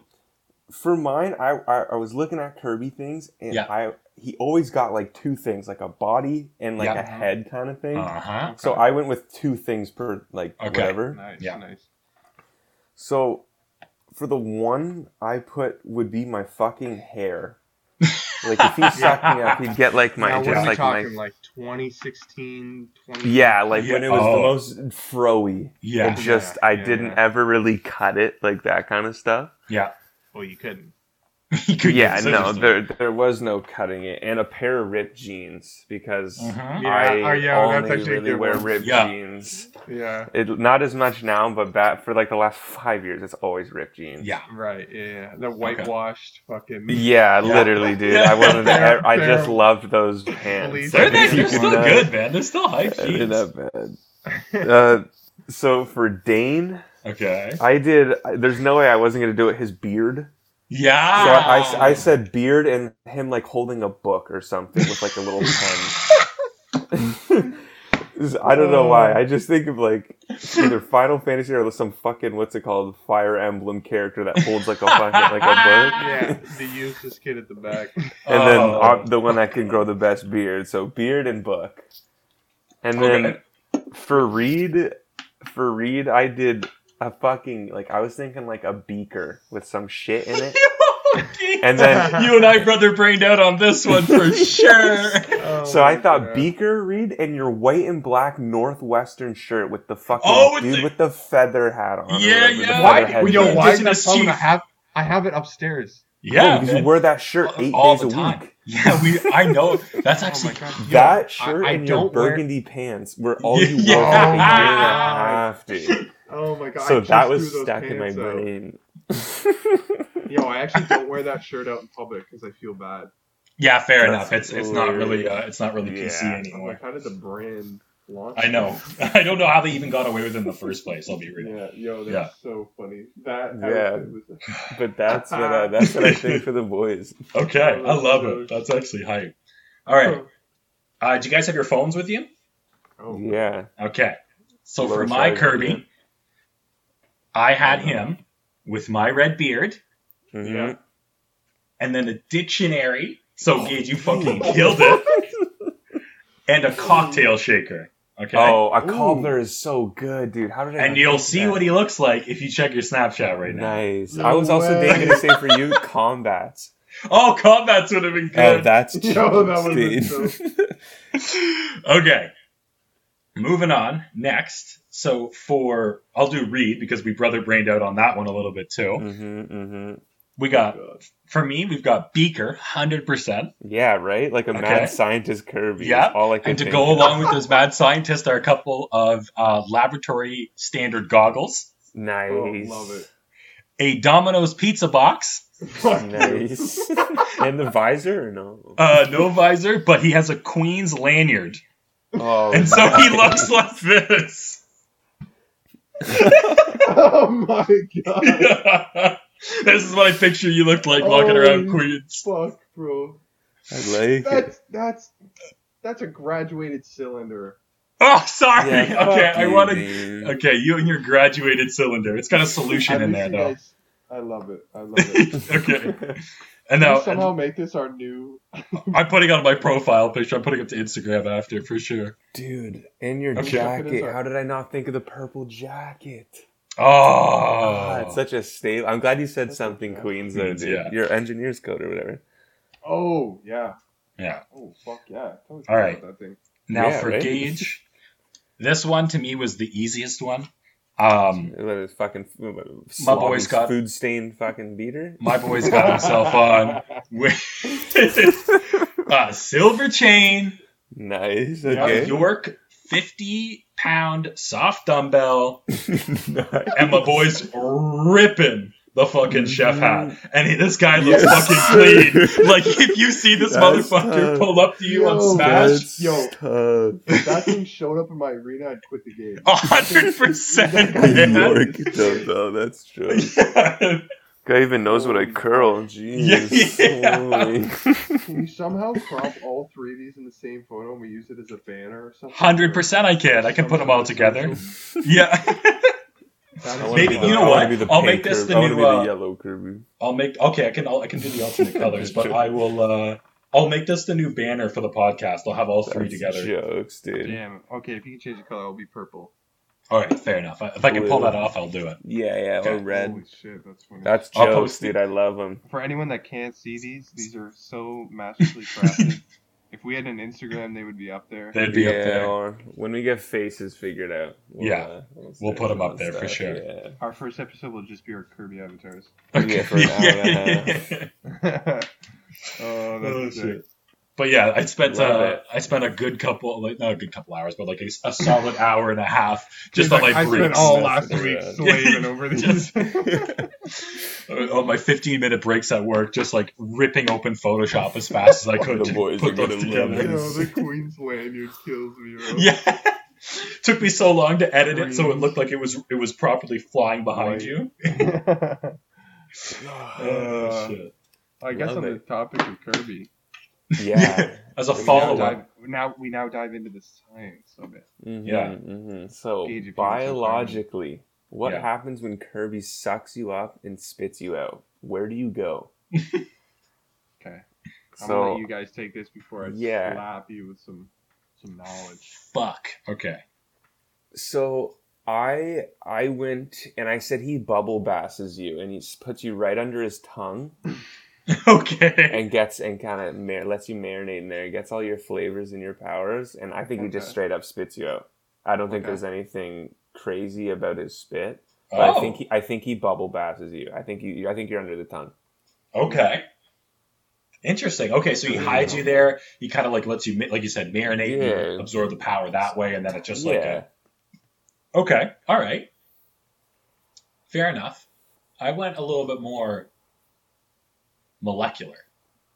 B: for mine, I, I I was looking at Kirby things, and
D: Yeah.
B: I he always got like two things, like a body and like
D: Yeah.
B: a head kind of thing.
D: Uh huh.
B: So I went with two things per like
D: Okay.
B: whatever.
F: nice.
D: Yeah.
F: Nice.
B: So for the one I put would be my fucking hair. like if he sucked me up, he'd get like my
F: now, what
B: just
F: are we
B: like my
F: talking? Like 2016, 20...
B: yeah, like when
D: Yeah.
B: it was
D: Oh.
B: the most froey.
D: Yeah.
B: And just I
F: Yeah,
B: didn't
F: yeah.
B: ever really cut it, like that kind of stuff.
D: Yeah.
F: Well, you couldn't.
D: You could
B: yeah,
D: use
B: no,
D: scissors.
B: there there was no cutting it, and a pair of ripped jeans because
D: Mhm.
F: Yeah,
B: I
F: oh, yeah, that's
B: only
F: actually a
B: really
F: good
B: wear
F: one.
B: ripped
D: Yeah.
B: jeans.
F: Yeah.
B: It not as much now, but back for like the last five years, it's always ripped jeans.
D: Yeah.
F: Right. Yeah. The whitewashed fucking.
D: Yeah.
B: Yeah, literally, dude.
D: Yeah.
B: I wanted.
F: They're-
B: To, I just
F: they're-
B: loved those pants.
D: They're,
F: They're
D: that,
F: that-
D: they're
F: they're
D: still
B: not-
D: good, man. They're still hype
B: They're
D: jeans.
B: not bad. Uh, so for Dane,
D: Okay.
B: I did. There's no way I wasn't gonna do it. His beard.
D: Yeah.
B: So I, I, I said beard and him like holding a book or something with like a little pen. This- I don't know why. I just think of like either Final Fantasy or some fucking what's it called Fire Emblem character that holds like a fucking like a book.
F: yeah. The useless kid at the back.
B: And then
D: Oh.
B: uh, the one that can grow the best beard. So beard and book. And then
D: Okay.
B: for Reed, for Reed, I did a fucking like I was thinking like a beaker with some shit in it. And then
D: you and I brother brained out on this one for sure.
F: Oh
B: So I
F: my
B: thought
F: God.
B: Beaker Reed and your white and black Northwestern shirt with the fucking
D: Oh, with
B: dude
D: the-
B: with the feather hat on. or
D: Yeah,
B: whatever, the
D: yeah.
B: feather
D: Why-
B: head
D: we don't-
B: thing.
F: why
D: This
F: is that
D: is
F: phone? I
D: cheap.
F: have I have it upstairs.
B: Yeah,
D: Yeah.
B: because you
D: man.
B: wear that shirt eight
D: All
B: days
D: the
B: a
D: time.
B: week.
D: Yeah, we. I know. That's
F: Oh
D: actually.
F: my god. yo,
B: that shirt
F: I
B: and your
F: don't wear-
B: burgundy pants were all you
D: Yeah.
B: wore for like a year and a half,
F: Yeah.
B: dude.
F: Oh my god. I
B: So
F: just
B: that
F: threw
B: was
F: those
B: stuck in my
F: pants out.
B: brain.
F: Yo, I actually don't wear that shirt out in public because I feel bad.
D: yeah, fair
B: That's
D: enough. It's it's not really
B: hilarious.
D: uh, it's not really PC
B: Yeah.
F: I'm Oh, like,
D: anymore.
F: how did the brand launch?
D: I know. I don't know how they even got away with it in the first place. I'll be
F: that?
D: real.
F: Yeah, yo, that's
D: Yeah.
F: so funny. That
B: Yeah.
F: outfit was
B: But that's what I, that's what I think for the boys.
D: Okay, I love it. That's actually hype. All right. Uh, do you guys have your phones with you?
F: Oh,
B: Yeah.
D: Okay. So
B: Lower
D: for my
B: side,
D: Kirby,
B: yeah.
D: I had him with my red beard
B: Mhm.
F: Yeah.
D: and then a dictionary.
B: Oh.
D: So Gage, you fucking killed it. And a cocktail shaker. Okay.
B: Oh, a
F: Ooh.
B: cobbler is so good, dude. How did I?
D: and you'll see what he looks like if you check your Snapchat right now.
B: Nice.
F: No
B: I was also
F: way.
B: going to say for you, combats.
D: Oh, combats would have been
B: Oh,
D: good.
B: that's
F: Yo,
B: jokes,
F: that would've been
B: dude.
F: so-
D: okay. Moving on. Next. So for I'll do Reed because we brother brained out on that one a little bit too.
B: Mhm, mhm.
D: We got for me, we've got Beaker, hundred percent.
B: Yeah, right. Like a
D: Okay.
B: mad scientist Kirby. is
D: Yeah,
B: All I could
D: And to
B: think
D: go
B: of.
D: along with this mad scientist are a couple of uh, laboratory standard goggles,
B: Nice.
F: Oh, love it.
D: a Domino's pizza box,
F: Fuck you.
B: Nice. and the visor or no?
D: uh, no visor, but he has a Queen's lanyard.
B: Oh,
D: And so he looks
B: nice.
D: like this.
F: Oh my god.
D: this is what I picture you looked like walking around
F: Oh.
D: Queens.
F: Fuck, bro.
B: I like it.
F: That's that's that's a graduated cylinder.
D: Oh, sorry.
B: Yeah,
D: okay,
B: fuck
D: I
B: you,
D: want to.
B: man.
D: Okay, you and your graduated cylinder. It's got a solution
F: At
D: in
F: least
D: there,
F: you
D: though.
F: guys- I love it. I love it.
D: okay. And now,
F: Can we somehow make this our new.
D: I'm putting on my profile picture. I'm putting it to Instagram after for sure.
B: Dude, and your
D: Okay.
B: jacket. How did I not think of the purple jacket? Ah,
D: Oh,
B: it's such a state. I'm glad you said something, Queens, though,
D: Queens,
B: dude.
D: yeah.
B: Your engineer's code or whatever.
F: Oh yeah.
D: yeah.
F: Oh fuck yeah. Tell us
D: All
F: about
D: right.
F: That thing.
D: Now
B: Yeah,
D: for
B: right?
D: Gage, this one to me was the easiest one. Um,
B: What is fucking
D: My boy's got-
B: food stained fucking beater.
D: my boy's got himself on with a silver chain,
B: Nice.
D: a
B: Okay.
D: York 50 pound soft dumbbell,
B: Nice.
D: and my boy's ripping the fucking chef hat. And he, this guy looks
B: Mm-hmm. Yes,
D: fucking
B: sir.
D: clean. Like, if you see this
B: That's
D: motherfucker
B: tough.
D: pull up to you on
F: Yo,
D: Smash,
B: That's
F: Yo.
B: tough.
F: If that thing showed up in my arena, I'd quit the
D: Oh,
F: game.
D: 100%. man.
B: York dumbbell. That's true.
D: Yeah.
B: Guy even knows what I curl. Jeez.
D: Yeah.
B: Holy.
F: Can we somehow crop all three of these in the same photo and we use it as a banner or something?
D: Hundred percent, I can. I can put them all together. Yeah,
F: That
B: I
F: is
B: wanna
D: Maybe-
B: be the-
D: you know
B: I wanna
D: what?
B: be the
D: I'll
B: pink
D: make this
B: Kirby.
D: the
B: I wanna
D: new,
B: be the
D: uh,
B: yellow Kirby.
D: I'll make. Okay, I can. I'll, I can do the alternate colors, but I will. uh I'll make this the new banner for the podcast. I'll have all three
B: That's
D: together.
B: Jokes, dude.
F: Damn. Okay, if you can change the color, it'll be purple.
D: All right, fair enough. If I can pull
B: Blue.
D: that off, I'll do it.
B: Yeah, yeah,
D: Okay.
B: or red.
F: Holy shit, that's funny.
B: That's
D: I'll
B: jokes,
D: post
B: dude. I love them.
F: For anyone that can't see these, these are so masterfully crafted. if we had an Instagram, they would be up there.
D: They'd be
B: yeah,
D: up there.
B: Or when we get faces figured out.
D: Yeah.
B: uh,
D: We'll
B: start
D: put 'em
B: doing
D: up there for sure.
B: Yeah.
F: Our first episode will just be our Kirby avatars.
B: Yeah, for an hour and a
F: oh,
D: Oh,
E: Uh,
F: that's
D: shit.
F: sick.
D: But yeah, I spent
B: Love
D: uh,
B: it.
D: I spent a good couple like not a good couple hours, but like a, a solid hour and a half just on
F: Like,
D: my
F: I
D: briefs,
F: spent all
B: That's
F: last
B: pretty
F: week
B: rad.
F: slaving over these.
D: Uh, on my fifteen minute breaks at work, just like ripping open Photoshop as fast as I could.
B: The
D: to
B: boys
D: put
B: are gonna
D: those
B: love
D: together.
B: it.
F: You know, the Queen's lanyard kills me. Bro.
D: Yeah. Took me so long to edit it so it looked like it was it was properly flying behind
F: Right.
D: you. Oh,
F: Uh,
D: shit.
F: I guess
B: Love
F: on the
B: it.
F: topic of Kirby,
B: Yeah.
D: As a
F: we now,
D: follow up.
F: dive, now we now dive into the science of it.
B: Mhm,
D: Yeah.
B: mhm. So
F: Gauge if you want to find it.
B: biologically, what
D: Yeah.
B: happens when Kirby sucks you up and spits you out? Where do you go?
F: Okay, I'm gonna
B: So
F: let you guys take this before I
B: Yeah.
F: slap you with some some knowledge.
D: Fuck. Okay.
B: so I I went and I said he bubble basses you and he s- puts you right under his tongue
D: Okay.
B: and gets and kind of mar- lets you marinate in there. It gets all your flavors and your powers, and I think he just
F: Okay.
B: straight up spits you out. I don't think
F: Okay.
B: there's anything crazy about his spit, but
D: Oh,
B: I think he, I think he bubble basses you. I think you I think you're under the tongue.
D: okay. Interesting. Okay, so he hides you there. He kind of like lets you, ma- like you said, marinate, and
B: Yeah.
D: absorb the power that way, and then it's just like,
B: yeah.
D: a, okay, all right, fair enough. I went a little bit more molecular.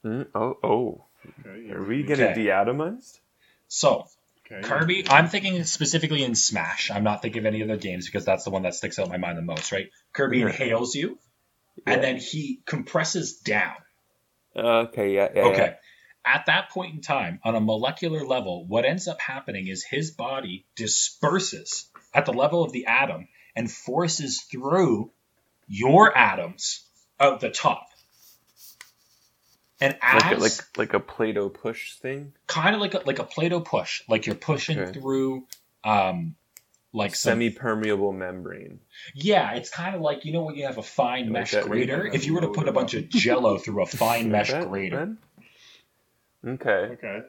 B: Hmm, oh, oh.
E: Okay,
B: Are
E: yeah,
B: we getting
D: Okay.
B: deatomized?
D: So
E: okay.
D: Kirby, I'm thinking specifically in Smash. I'm not thinking of any other games because that's the one that sticks out in my mind the most, right? Kirby
B: Yeah.
D: inhales you,
B: Yeah.
D: and then he compresses down.
B: Uh, Okay, yeah, yeah.
D: Okay. At that point in time, on a molecular level, what ends up happening is his body disperses at the level of the atom and forces through your atoms out the top. And
B: yeah.
D: as
B: Like, a, like like a Play-Doh push thing?
D: kind of like a, like a Play-Doh push, like you're pushing
B: Okay.
D: through, um, like some
B: Semi-permeable membrane.
D: Yeah, it's kind of like you know when you have a fine
B: Like
D: mesh
B: that
D: grater.
B: reading
D: If you were to put a bunch of Jello through a fine
B: Like
D: mesh
B: that,
D: grater,
B: man? Okay.
E: Okay.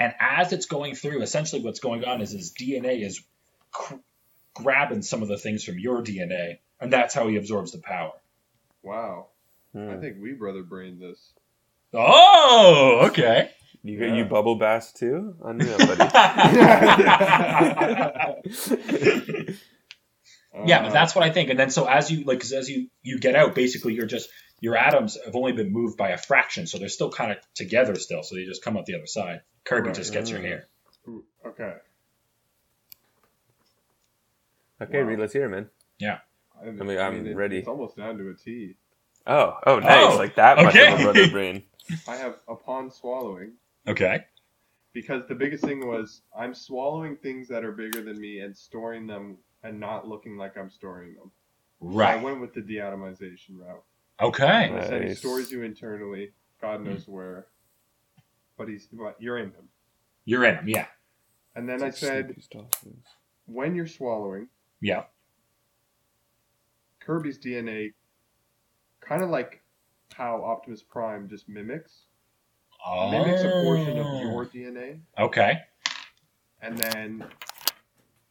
D: and as it's going through, essentially what's going on is his DNA is cr- grabbing some of the things from your DNA, and that's how he absorbs the power.
E: Wow.
B: Hmm.
E: I think we brother brained this.
D: Oh, okay.
B: You
E: Yeah.
B: you bubble bass too? Unreal, buddy.
D: yeah,
E: Uh,
D: but that's what I think. And then so as you like, 'cause as you you get out, basically you're just your atoms have only been moved by a fraction, so they're still kind of together still. So they just come out the other side. Kirby
E: Right.
D: just gets your
B: Mm.
D: hair.
E: Ooh, okay.
B: okay, Reed, let's hear it, man.
E: I'm,
B: mean, I'm ready.
E: It's almost down to a T.
B: Oh, oh, nice.
D: Oh,
B: like that much of
D: okay.
B: a brother brain.
E: I have upon swallowing
D: Okay.
E: because the biggest thing was I'm swallowing things that are bigger than me and storing them and not looking like I'm storing them. So I
D: Right.
E: went with the deatomization route.
D: Okay.
E: And I said he
B: Nice.
E: stores you internally, God knows where, but he's but you're in him.
D: You're in him. Yeah.
E: And then I said, when you're swallowing,
D: Yeah.
E: Kirby's DNA, kind of like how Optimus Prime just mimics,
D: Oh.
E: mimics a portion of your DNA,
D: Okay.
E: and then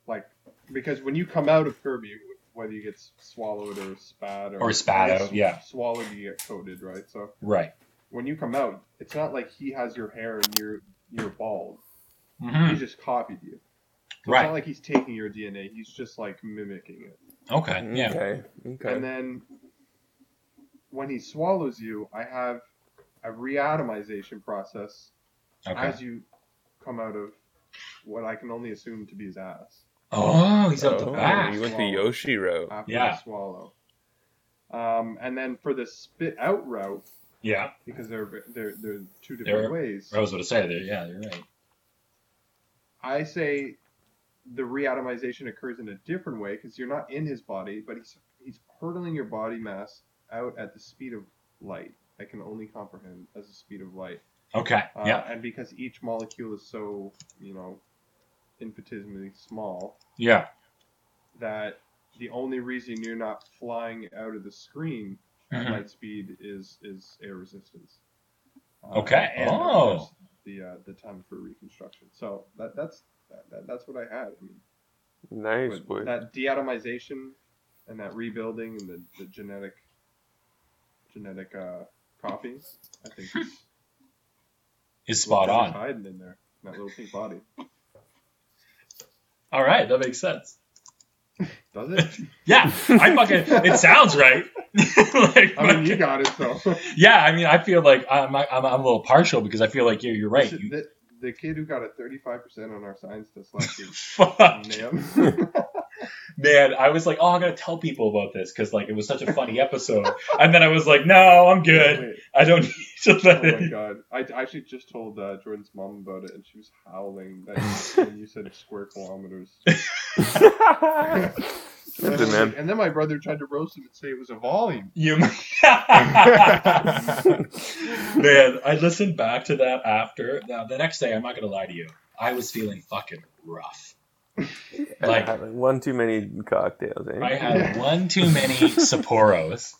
E: like because when you come out of Kirby, whether you get s- swallowed or spat or
D: Or spat
E: I guess
D: out, yeah.
E: swallowed you get coated, right? So
D: Right.
E: when you come out, it's not like he has your hair and you're you're bald.
D: hmm
E: He just copied you. So It's
D: Right.
E: not like he's taking your DNA. He's just like mimicking it.
D: Okay. Yeah.
B: Okay. Okay.
E: And then when he swallows you, I have a reatomization process
D: Okay.
E: as you come out of what I can only assume to be his ass
D: Oh, he's out the
B: Oh,
D: back.
B: You went the Yoshi route.
E: after
D: Yeah.
E: you swallow. Um, and then for the spit out route,
D: Yeah.
E: because they're they're, they're two different
D: They're-
E: ways.
D: I was going to say there. Yeah, you're right.
E: I say the reatomization occurs in a different way because you're not in his body, but he's he's hurtling your body mass out at the speed of light. I can only comprehend as the speed of light.
D: Okay.
E: Uh,
D: yeah.
E: And because each molecule is so, you know, infinitesimally small,
D: Yeah.
E: that the only reason you're not flying out of the screen at
D: Mhm.
E: light speed is is air resistance. Uh,
D: Okay.
E: and of
D: Oh.
E: course, The uh, the time for reconstruction. So that that's that, that, that's what I had. I mean,
B: Nice,
E: but
B: boy.
E: that deatomization and that rebuilding and the, the genetic genetic uh, copies, I think is
D: Is spot on.
E: hiding in there. in That little pink body.
D: All right. That makes sense.
E: Does it?
D: Yeah. I fucking. it sounds right. Like,
E: I mean, you got it, so.
D: yeah. I mean, I feel like I'm, I'm. I'm a little partial because I feel like you're. You're right. You,
E: The, the kid who got a 35% on our science test last year.
D: fuck.
E: Nam.
D: Man, I was like, oh, I'm gonna tell people about this because like it was such a funny episode, and then I was like, no, I'm good.
E: Oh, Wait,
D: I don't need to
E: oh
D: let it.
E: my god. I I actually just told uh, Jordan's mom about it, and she was howling that when you said square kilometers. And I
B: Good,
E: was
B: man.
E: like- and then my brother tried to roast him and say it was a volume.
D: You man, I listened back to that after now, the next day. I'm not gonna lie to you, I was feeling fucking rough. Like
B: Having one too many cocktails, eh?
D: I had one too many Sapporos,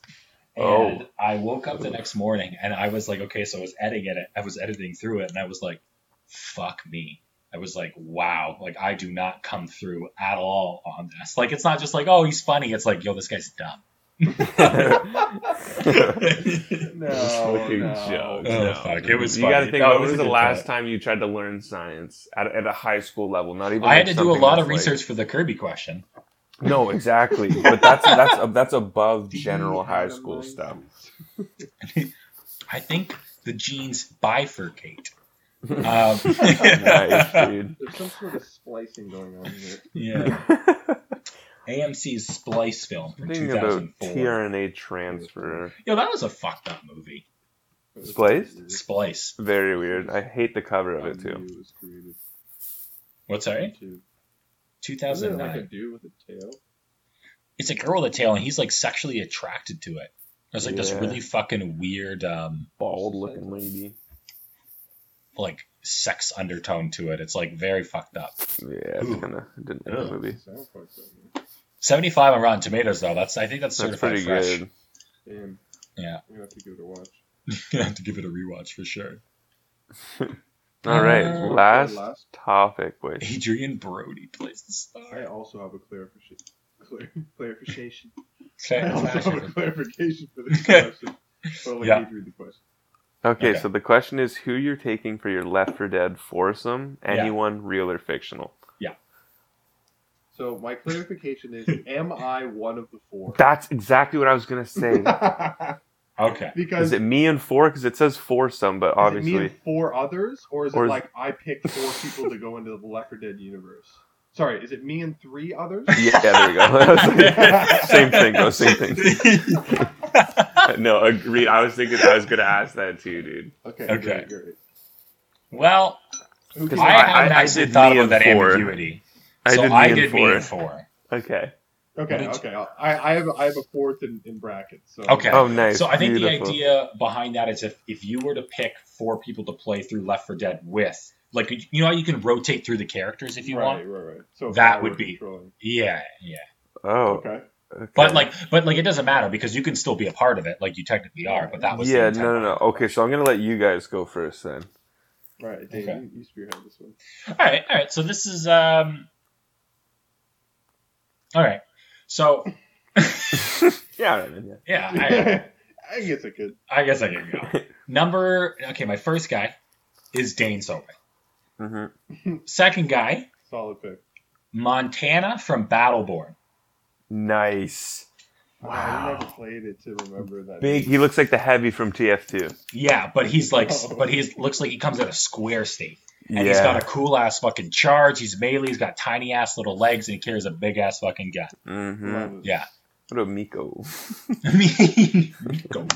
D: and
B: Oh.
D: I woke up the next morning and I was like, okay, so I was editing it. I was editing through it, and I was like, fuck me. I was like, wow, like I do not come through at all on this. Like it's not just like, oh, he's funny. It's like, yo, this guy's dumb.
E: No,
B: Fucking
E: no.
B: joke.
D: Oh,
B: No.
D: fuck, it was
B: You got to
D: funny.
B: think.
D: No, it
B: When
D: was
B: was
D: a
B: the
D: good
B: last
D: cut.
B: time you tried to learn science at, at a high school level? Not even.
D: I had to
B: like
D: do a
B: something
D: lot of
B: that's, like-
D: research for the Kirby question.
B: no, exactly. But that's that's that's above general high
E: Deatomized.
B: school stuff.
D: I think the genes bifurcate. Um,
B: nice, dude.
E: There's some sort of splicing going on here.
D: yeah. AMC's Splice film from
B: Thinking about
D: 2004.
B: tRNA transfer.
D: Yo, that was a fucked up movie.
B: Spliced?
D: Splice.
B: Very weird. I hate the cover of it too.
E: It was created
D: What's that? right?
E: to- Is it like a
D: 2009.
E: dude with a tail?
D: It's a girl with a tail, and he's like sexually attracted to it. There's like this
B: Yeah.
D: really fucking weird, um,
B: Bald looking lady.
D: like sex undertone to it. It's like very fucked up.
B: Yeah, it's kind of didn't like the movie.
E: Sound quite something.
D: 75 on Rotten Tomatoes though. That's I think that's
B: That's
D: certified
B: pretty
D: fresh.
B: good.
E: Damn.
D: Yeah.
E: I'm gonna have to give it a watch.
D: Gonna have to give it a rewatch for sure.
B: All right,
E: Oh.
D: Uh,
B: last
E: last.
B: topic, boys.
D: Adrian Brody plays the
E: I
D: star.
E: also have a clarification. Clar- clarification. I also have a
D: Okay.
E: clarification for this question. But I'll let
D: Yeah.
E: you read the question.
B: Okay,
D: Okay.
B: so the question is who you're taking for your Left for Dead foursome?
D: Yeah.
B: Anyone, real or fictional?
E: So my clarification is: Am I one of the four?
B: That's exactly what I was gonna say.
D: okay.
E: because
B: is it me and four? Because it says foursome, but
E: Does it
B: obviously
E: mean four others, or is
B: Or is-
E: it like I picked four people to go into the Left 4 Dead universe? Sorry, is it me and three others?
B: yeah, there we go. I was like, same thing, though. Same thing. No, agreed. I was thinking I was gonna ask that too, dude.
E: Okay,
D: Okay.
E: great, great.
D: well,
E: Who
B: 'Cause
E: can-
D: I,
B: I-
D: haven't
B: I
D: actually
B: did
D: thought
B: me
D: about that
B: and four.
D: ambiguity.
B: I
D: so
B: did
D: I
B: me and
D: did
B: four.
D: me and four.
B: Okay.
D: What
E: okay,
D: did
E: okay. I, I have I have a fourth in, in brackets. So
D: Okay.
B: Oh, nice.
D: So I think
B: Beautiful.
D: the idea behind that is if if you were to pick four people to play through Left for Dead with, like you know how you can rotate through the characters if you
E: right,
D: want.
E: right, right. So
D: That
E: I
D: would
E: were
D: be-
E: controlling-
D: Yeah, yeah.
B: Oh,
E: okay.
B: okay.
D: But like, but like, it doesn't matter because you can still be a part of it. Like you technically are, but that was the
B: yeah,
D: intent.
B: no, no, no. Okay, so I'm gonna let you guys go first then.
E: All right, Dave,
D: Okay.
E: you, you spearhead this one.
D: All right, all right. So this is um. All right, so
B: Yeah, all right, man, yeah.
D: yeah, I,
E: I guess I could.
D: I guess I can go. Number okay, my first guy is Dane Sobey.
B: Mhm.
D: Second guy,
E: Solid pick.
D: Montana from Battleborn.
B: Nice.
E: I never played it to remember that.
B: Big. He looks like the heavy from TF2.
D: Yeah, but he's like,
E: Oh.
D: but he's looks like he comes out of Square State, and
B: yeah.
D: he's got a cool ass fucking charge. He's melee. He's got tiny ass little legs, and he carries a big ass fucking gun.
B: hmm
E: Love it.
D: Yeah.
B: What about Miko?
D: Miko.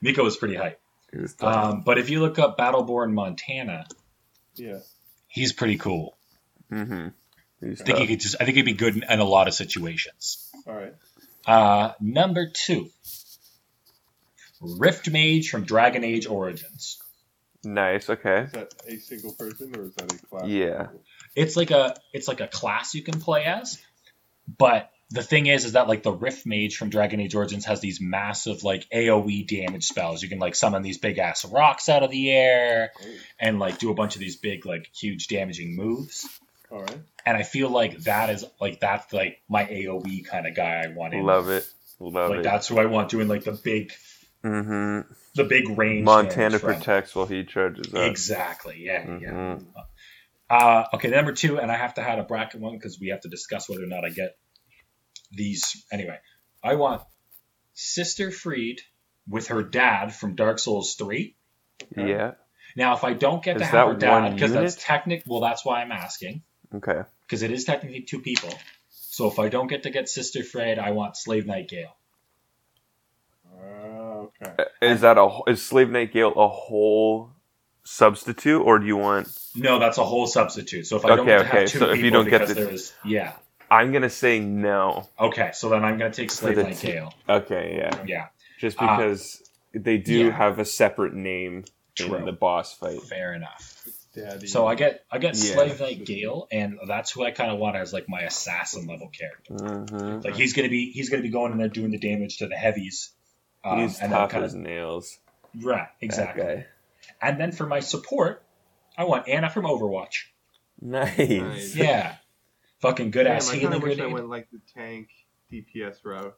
D: Miko was pretty hype.
B: He was tough.
D: Um, but if you look up Battleborn Montana,
E: Yeah.
D: he's pretty cool.
B: Mhm. He was
D: I think he
B: tough.
D: could just I think he'd be good in, in a lot of situations.
E: All right.
D: Uh, number two. Rift Mage from Dragon Age Origins.
B: Nice. Okay.
E: Is that a single person or is that a class?
B: Yeah.
D: It's like a it's like a class you can play as, but the thing is is that like the Rift Mage from Dragon Age Origins has these massive like AoE damage spells. You can like summon these big ass rocks out of the air and like do a bunch of these big like huge damaging moves.
E: All right.
D: and I feel like that is like that's like my AOE kind of guy I want in.
B: Love it. Love
D: like
B: it.
D: that's who I want doing like the big
B: hmm
D: the big range.
B: Montana
D: damage from.
B: protects while he charges up.
D: Exactly. Yeah. Yeah.
B: Mhm.
D: Uh, okay, number two, and I have to have a bracket one because we have to discuss whether or not I get these. Anyway, I want Sister Freed with her dad from Dark Souls Three.
B: Yeah.
D: Now, if I don't get to
B: Is
D: have her
B: that one
D: dad because that's
B: unit?
D: technic, well, that's why I'm asking.
B: Okay.
D: because it is technically two people. So if I don't get to get Sister Fred, I want Slave Night Gale.
E: Ah, okay.
B: Uh, Is that a is Slave Night Gale a whole substitute, or do you want?
D: No, that's a whole substitute. So if I don't get
B: Okay,
D: to
B: okay,
D: have two
B: so
D: people
B: if you don't get
D: because
B: to-
D: there's yeah.
B: I'm gonna say no.
D: Okay, so then I'm gonna take Slave
B: the
D: Night
B: two-
D: Gale.
B: Okay, yeah.
D: Yeah,
B: Just
D: Uh,
B: because they do
D: yeah.
B: have a separate name in
D: True.
B: the boss fight.
D: fair enough.
E: Daddy.
D: So I get I get
B: Yeah.
D: Slave Night Gale, and that's who I kind of want as like my assassin level character.
B: hmm
D: Like he's gonna be he's gonna be going in there doing the damage to the heavies. Um,
B: He's
D: and then
B: tough
D: kind
B: as
D: of
B: nails.
D: right exactly.
B: That guy.
D: And then for my support, I want Anna from Overwatch.
B: Nice.
E: Nice.
D: Yeah, fucking good
E: Damn,
D: ass
E: I
D: healing
E: kind of wish I
D: grenade.
E: went like the tank DPS route.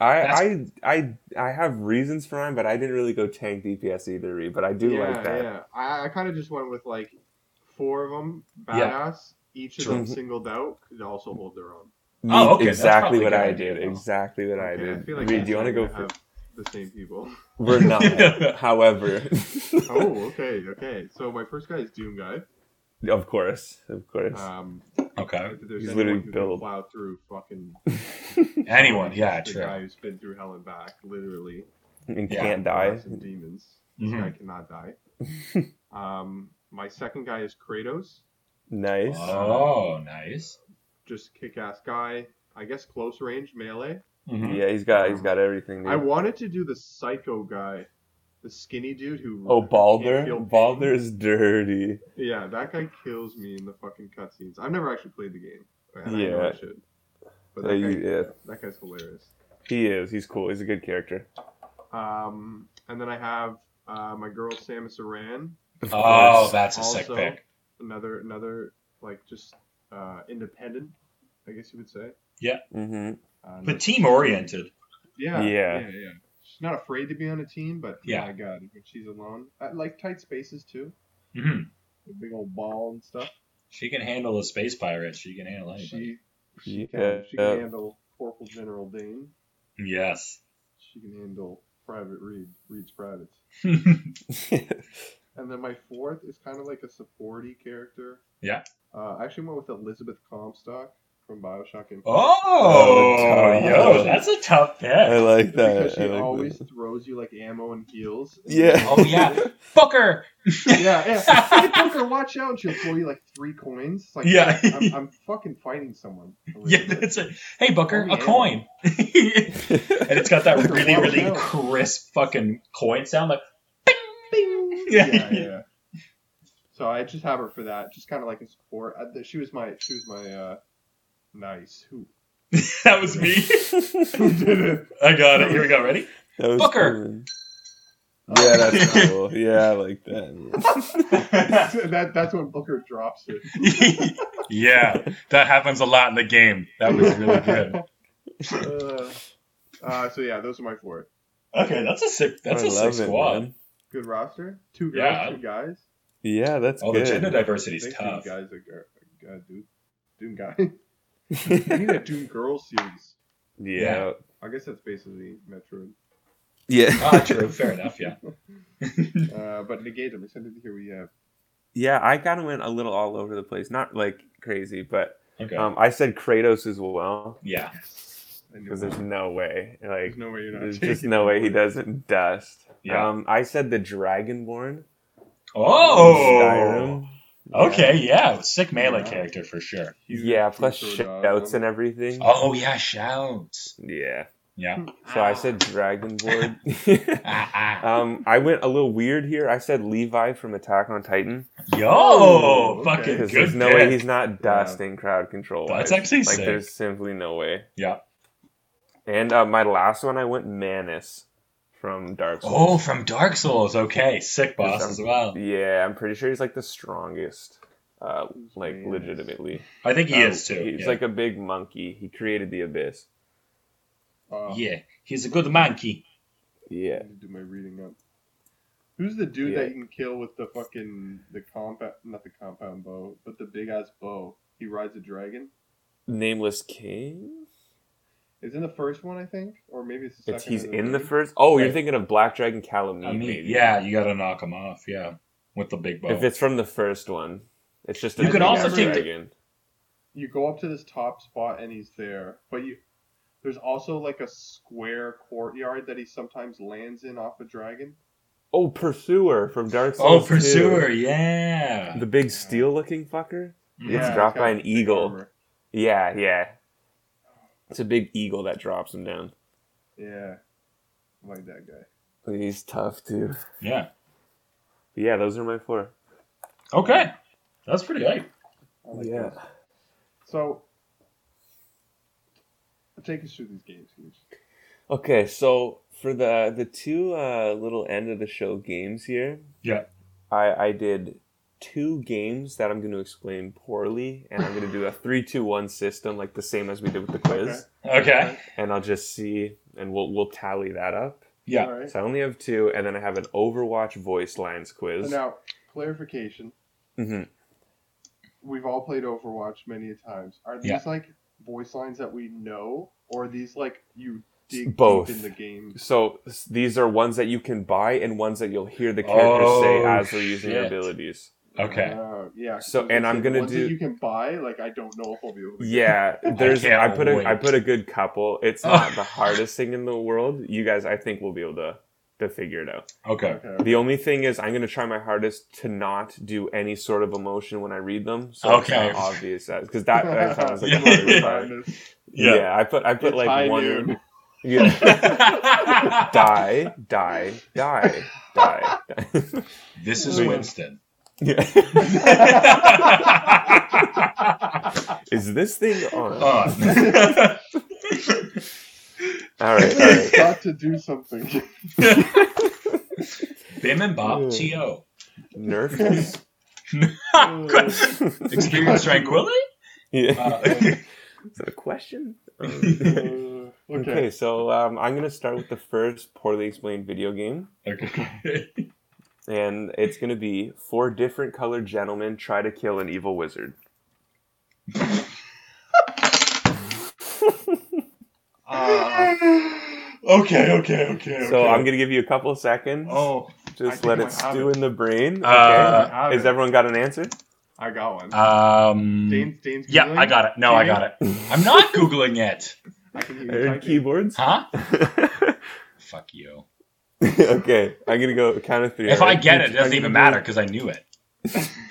B: I, I I I have reasons for mine, but I didn't really go tank DPS either. Reed, But I do
E: yeah,
B: like that.
E: yeah. I, I kind of just went with like four of them badass.
D: Yeah.
E: Each of
B: True.
E: them singled out could also hold their own.
B: Me-
D: Oh, okay, that's
B: Exactly
D: probably
B: what
D: a good
B: I
D: idea,
B: did.
D: though.
B: Exactly what I
E: Okay,
B: did.
E: feel
B: Reed,
E: like
B: do you want to
E: I'm
B: go?
E: gonna
B: For,
E: have the same people?
B: we're not. However,
E: oh, okay, okay. So my first guy is Doom Guy.
B: of course, of course.
E: Um,
D: Okay.
E: if there's
B: He's
E: anyone
B: literally
E: who can
B: built.
E: plow through fucking
D: Uh, Anyone? Yeah,
E: the
D: true.
E: guy who's been through hell and back, literally.
B: and
D: yeah,
B: can't
E: There are
B: die.
E: Some demons. This
D: Mhm.
E: guy cannot die. um, my second guy is Kratos.
B: Nice.
D: Oh, nice.
E: Just kick-ass guy. I guess close range melee.
D: Mhm.
B: yeah, he's got he's got everything.
E: I
B: dude.
E: wanted to do the psycho guy, the skinny dude who.
B: Oh,
E: who can't
B: Balder.
E: feel pain.
B: Balder's dirty.
E: Yeah, that guy kills me in the fucking cutscenes. I've never actually played the game. and I, know
B: Yeah.
E: I should. But
B: Uh,
E: that, guy,
B: you- yeah,
E: that guy's hilarious.
B: he is. He's cool. He's a good character.
E: Um, and then I have uh, my girl Samus Aran.
B: Of
D: Oh,
B: course.
D: that's a sick
E: Also-
D: pick.
E: Another another like just uh, independent, I guess you would say.
B: Mhm.
E: Uh,
D: But team oriented.
E: Yeah,
B: Yeah.
E: yeah, yeah. She's not afraid to be on a team, but
D: Yeah.
E: yeah, my God, when she's alone, I like tight spaces too.
D: Mhm.
E: The big old ball and stuff.
D: She can handle a space pirate. She can handle anybody.
E: She she can
B: Yeah.
E: she can handle Corporal General Dane.
D: Yes.
E: She can handle Private Reed. Reed's privates. And then my fourth is kind of like a supporty character.
D: Yeah.
E: Uh, I actually went with Elizabeth Comstock from Bioshock Infinite.
D: Oh, Uh,
B: tough.
D: yo, that's a tough
B: I
D: pick.
B: like that.
E: Because she
B: I like that.
E: always throws you like ammo and heals. And
B: Yeah.
D: Oh yeah, Booker.
E: yeah, yeah. Hey, Booker, watch out! And she'll throw you like three coins. It's like,
D: Yeah.
E: I'm, I'm fucking fighting someone.
D: Yeah,
E: Elizabeth.
D: that's a hey Booker,
E: Oh,
D: a
E: yeah.
D: coin. and it's got that really, really
E: Wow.
D: crisp fucking coin sound, like bing, bing.
E: yeah, yeah. So I just have her for that, just kind of like a support. I, she was my, she was my uh, nice who.
D: that was me.
B: that
D: I got it. Here we go. Ready?
B: was
D: Booker.
B: cool, man. Yeah, that's cool. Yeah, I like that.
E: that, that's when Booker drops it.
D: yeah, that happens a lot in the game. That was really good.
E: Uh, uh, so yeah, those are my four.
D: Okay, that's a sick. That's
B: I
D: a sick
B: love it,
D: squad.
B: man.
E: Good roster. Two girls,
D: Yeah.
E: two guys.
B: Yeah, that's
D: Oh, the gender
B: good.
E: I
D: diversity's
E: think
D: tough.
E: Doom guys a girl. Uh, Doom, Doom guy. I need a Doom girl series.
B: yeah.
E: I guess that's basically Metroid.
B: Yeah.
D: Ah, true. Fair enough. Yeah.
E: Uh, but negate them. Except here we have.
B: Yeah, I kind of went a little all over the place. Not like crazy, but
D: Okay.
B: um, I said Kratos as well
D: yeah.
E: I knew
B: because
E: it.
B: there's no way. Like,
E: There's no way you're not.
B: there's just
E: taking
B: no way he
E: one.
B: doesn't dust.
D: Yeah.
B: Um, I said the Dragonborn.
D: Oh.
B: Skyrim.
D: Okay. Yeah. Sick melee
E: Yeah.
D: character for sure.
E: Huge
B: Yeah, plus
E: sword
B: shouts
E: dog.
B: and everything.
D: Oh yeah, shouts.
B: Yeah.
D: Yeah.
B: So I said Dragonborn.
D: Ah, ah.
B: Um, I went a little weird here. I said Levi from Attack on Titan
D: Yo,
E: Oh, okay.
D: fucking
B: because
D: good.
B: there's no
D: pick.
B: way he's not dusting crowd control.
D: That's
B: wise.
D: actually
B: like
D: sick.
B: there's simply no way.
D: Yeah.
B: And uh, my last one, I went Manus from Dark
D: Oh,
B: Souls.
D: from Dark Souls. Okay, sick boss
B: Yes,
D: as well.
B: yeah, I'm pretty sure he's like the strongest. Uh, like
E: Manus.
B: legitimately,
D: I think he
B: Um,
D: is too.
B: He's
D: Yeah.
B: like a big monkey. He created the abyss.
E: Oh,
D: yeah, he's a good monkey.
E: I
B: Yeah.
E: need to do my reading up. Who's the dude
B: Yeah.
E: that you can kill with the fucking the compound? Not the compound bow, but the big ass bow. He rides a dragon.
B: Nameless King.
E: It's in the first one, I think, or maybe it's the
B: It's
E: second.
B: he's
E: or the
B: in the
E: third.
B: first. Oh, you're
D: Right.
B: thinking of Black Dragon Calamine.
D: I mean, yeah, you got to knock him off. Yeah, with the big bow.
B: If it's from the first one, it's just a
D: You could
B: big
E: also
B: ass
E: take the-
B: dragon.
E: you go up to this top spot and he's there but you there's also like a square courtyard that he sometimes lands in off a dragon
B: Oh, pursuer from Dark
D: oh,
B: Souls. 2.
D: pursuer. Yeah.
B: the big steel-looking fucker.
D: Mhm.
B: It's
E: he's
B: dropped
E: got
B: by an
E: big
B: eagle.
E: armor.
B: Yeah, yeah. It's a big eagle that drops him down.
E: yeah I like that guy
B: He's tough too.
D: Yeah.
B: But yeah, those are my four.
D: Okay, that's pretty hype.
E: I like
B: yeah.
E: those. so take us through these games Hughes.
B: Okay, so for the the two uh, little end of the show games here,
D: Yeah.
B: I I did two games that I'm going to explain poorly, and I'm going to do a three two one system like the same as we did with the quiz,
E: Okay.
D: Okay.
B: and I'll just see and we'll we'll tally that up.
D: Yeah.
E: All right.
B: So I only have two, and then I have an Overwatch voice lines
E: So
B: quiz.
E: now, clarification.
B: Mhm.
E: We've all played Overwatch many a times. Are these
D: Yeah.
E: like voice lines that we know, or are these like you dig deep
B: Both.
E: in the game?
B: So s- these are ones that you can buy and ones that you'll hear the characters say
D: Oh,
B: as they're using their
D: shit.
B: abilities.
D: Okay.
E: Oh, yeah.
B: So-
E: 'cause
B: and
E: the
B: I'm gonna
E: ones
B: do-
E: That you can buy. Like I don't know if I'll be able. to.
B: Yeah, there's
D: can't
B: I, put a
D: wait.
B: I put a good couple. It's not the hardest thing in the world. You guys, I think, will be able to to figure it out.
D: Okay.
E: Okay.
B: The only thing is, I'm gonna try my hardest to not do any sort of emotion when I read them. So it's
D: Okay.
B: not obvious that because that, that sounds like
D: Yeah.
B: I'm already fine. yeah.
D: Yeah.
B: I put I put
E: It's high
B: like one.
E: noon.
B: Yeah. die, die, die, die. die.
D: this is
E: Wait.
D: Winston.
B: yeah. Is this thing on?
D: On.
B: All right, all right.
E: Got to do something.
D: Bim and Bob T.O.
B: Nerf.
E: Uh,
D: Experience tranquility?
B: yeah.
D: Uh,
B: Is that a question?
E: Uh,
B: Um,
E: okay.
B: Okay, so um, I'm going to start with the first poorly explained video game.
D: okay.
B: And it's going to be four different colored gentlemen try to kill an evil wizard.
E: Uh,
D: okay, okay, okay.
B: So I'm going to give you a couple seconds.
E: oh,
B: Just
E: I
B: let
E: think
B: it
E: I have
B: stew
E: it.
B: in the brain. Okay.
D: Uh,
E: I have
B: Has
E: it.
B: everyone got an answer?
F: I got one.
D: Um,
F: Dane's, Dane's
D: yeah,
F: Googling?
D: I got it. No, I got it. I'm not Googling it.
F: I can hear you
B: Heard
F: typing.
B: keyboards?
D: Huh? Fuck you.
B: okay, I'm going to go count of three.
D: If
B: all
D: I
B: right?
D: get it, it
B: I'm
D: doesn't
B: gonna
D: even
B: do-
D: matter because I knew it.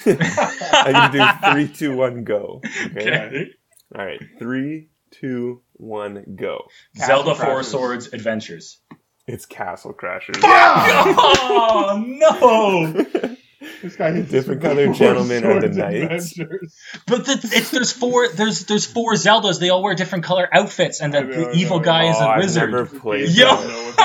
B: I'm going to do three, two, one, go. Okay.
D: Okay.
B: All right. Three, two, one, go.
D: Zelda
F: Castle
D: Four
F: Crashers.
D: Swords Adventures.
B: It's Castle Crashers.
D: Ah. oh no!
E: this guy hits
B: Different colored gentlemen are the knights.
D: But the, it's there's four there's there's four Zeldas. They all wear different color outfits, and the,
E: I know,
D: the
E: I
D: evil
E: know.
D: guy is
B: Oh,
D: a
B: I've
D: wizard.
B: never played
D: Yo!
E: I don't know what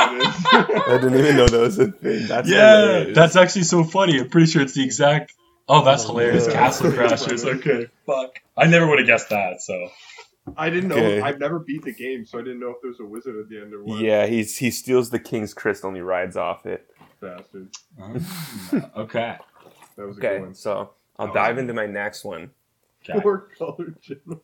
E: that is.
B: I didn't even know that was a thing. That's hilarious.
D: actually so funny. I'm pretty sure it's the exact. Oh, that's
B: Oh,
D: hilarious!
B: yeah.
D: Castle Crashers. Okay, fuck. I never would have guessed that. So
E: I didn't know.
B: Okay.
E: I've never beat the game, so I didn't know if there was a wizard at the end or what.
B: yeah. He's he steals the king's crystal and he rides off it.
E: Bastard.
B: Oh,
D: okay.
E: That was a
B: Okay,
E: good one.
B: so I'll
D: Oh.
B: dive into my next one.
D: Okay.
E: Four colored gentlemen.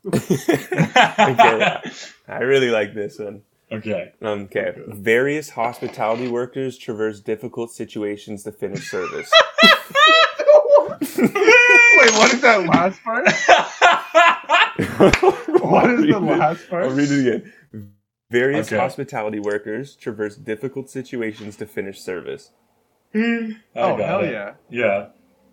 B: I really like this one.
D: okay.
B: Um, okay, various hospitality workers traverse difficult situations to finish service.
E: Wait, what is that last part? What is the last part?
B: I'll read it again. Various
D: Okay.
B: hospitality workers traverse difficult situations to finish service.
E: Oh
D: I got
E: hell
D: it.
E: yeah!
D: Yeah,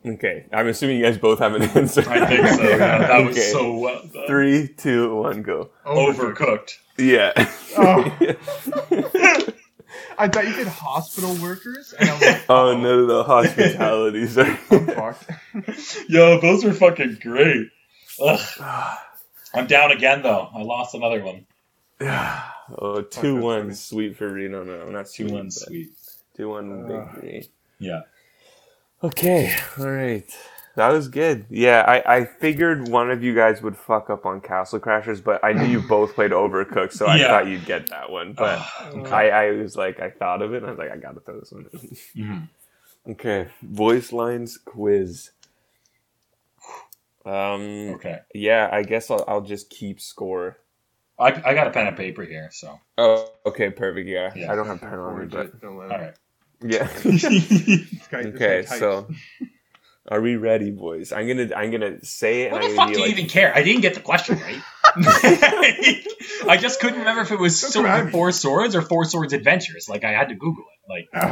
B: Okay, I'm assuming you guys both have an answer.
D: I think so. Yeah, that was
B: Okay.
D: so well done.
B: Three, two, one, go.
D: Overcooked.
B: Yeah.
E: Oh.
D: Oh.
E: I thought you did hospital workers, and I was like,
B: oh no, the hospitality. Sorry.
E: fucked.
D: Yo, those are fucking great. Ugh. I'm down again though. I lost another one.
B: oh, two one, sweet for Reno. No, not
D: Two
B: sweet,
D: one
B: but
D: sweet.
B: Two one
E: Ugh.
B: victory.
D: Yeah.
B: Uh, Okay, all right. That was good. Yeah, I, I figured one of you guys would fuck up on Castle Crashers, but I knew you both played Overcooked, so I
D: Yeah.
B: thought you'd get that one. But
D: Ugh,
E: Uh,
D: okay.
B: I, I was like, I thought of it, and I was like, I gotta throw this one in.
D: Mhm.
B: Okay, voice lines quiz. Um,
D: Okay.
B: yeah, I guess I'll, I'll just keep score.
D: I, I got a pen and paper here, so.
B: Oh, okay, perfect. Yeah,
D: Yeah.
B: I don't have pen on me,
E: Orange
B: but
E: it, don't let
D: All
E: it.
D: right.
B: yeah.
E: This guy- this guy
B: okay,
E: types.
B: so are we ready, boys? I'm gonna I'm gonna say it.
D: Why
B: and
D: the
B: I'm
D: fuck
B: gonna
D: do
B: be
D: you
B: like,
D: even care? I didn't get the question right. I just couldn't remember if it was
E: That's
D: Silver
E: what I mean.
D: Four Swords or Four Swords Adventures. Like I had to Google it. Like,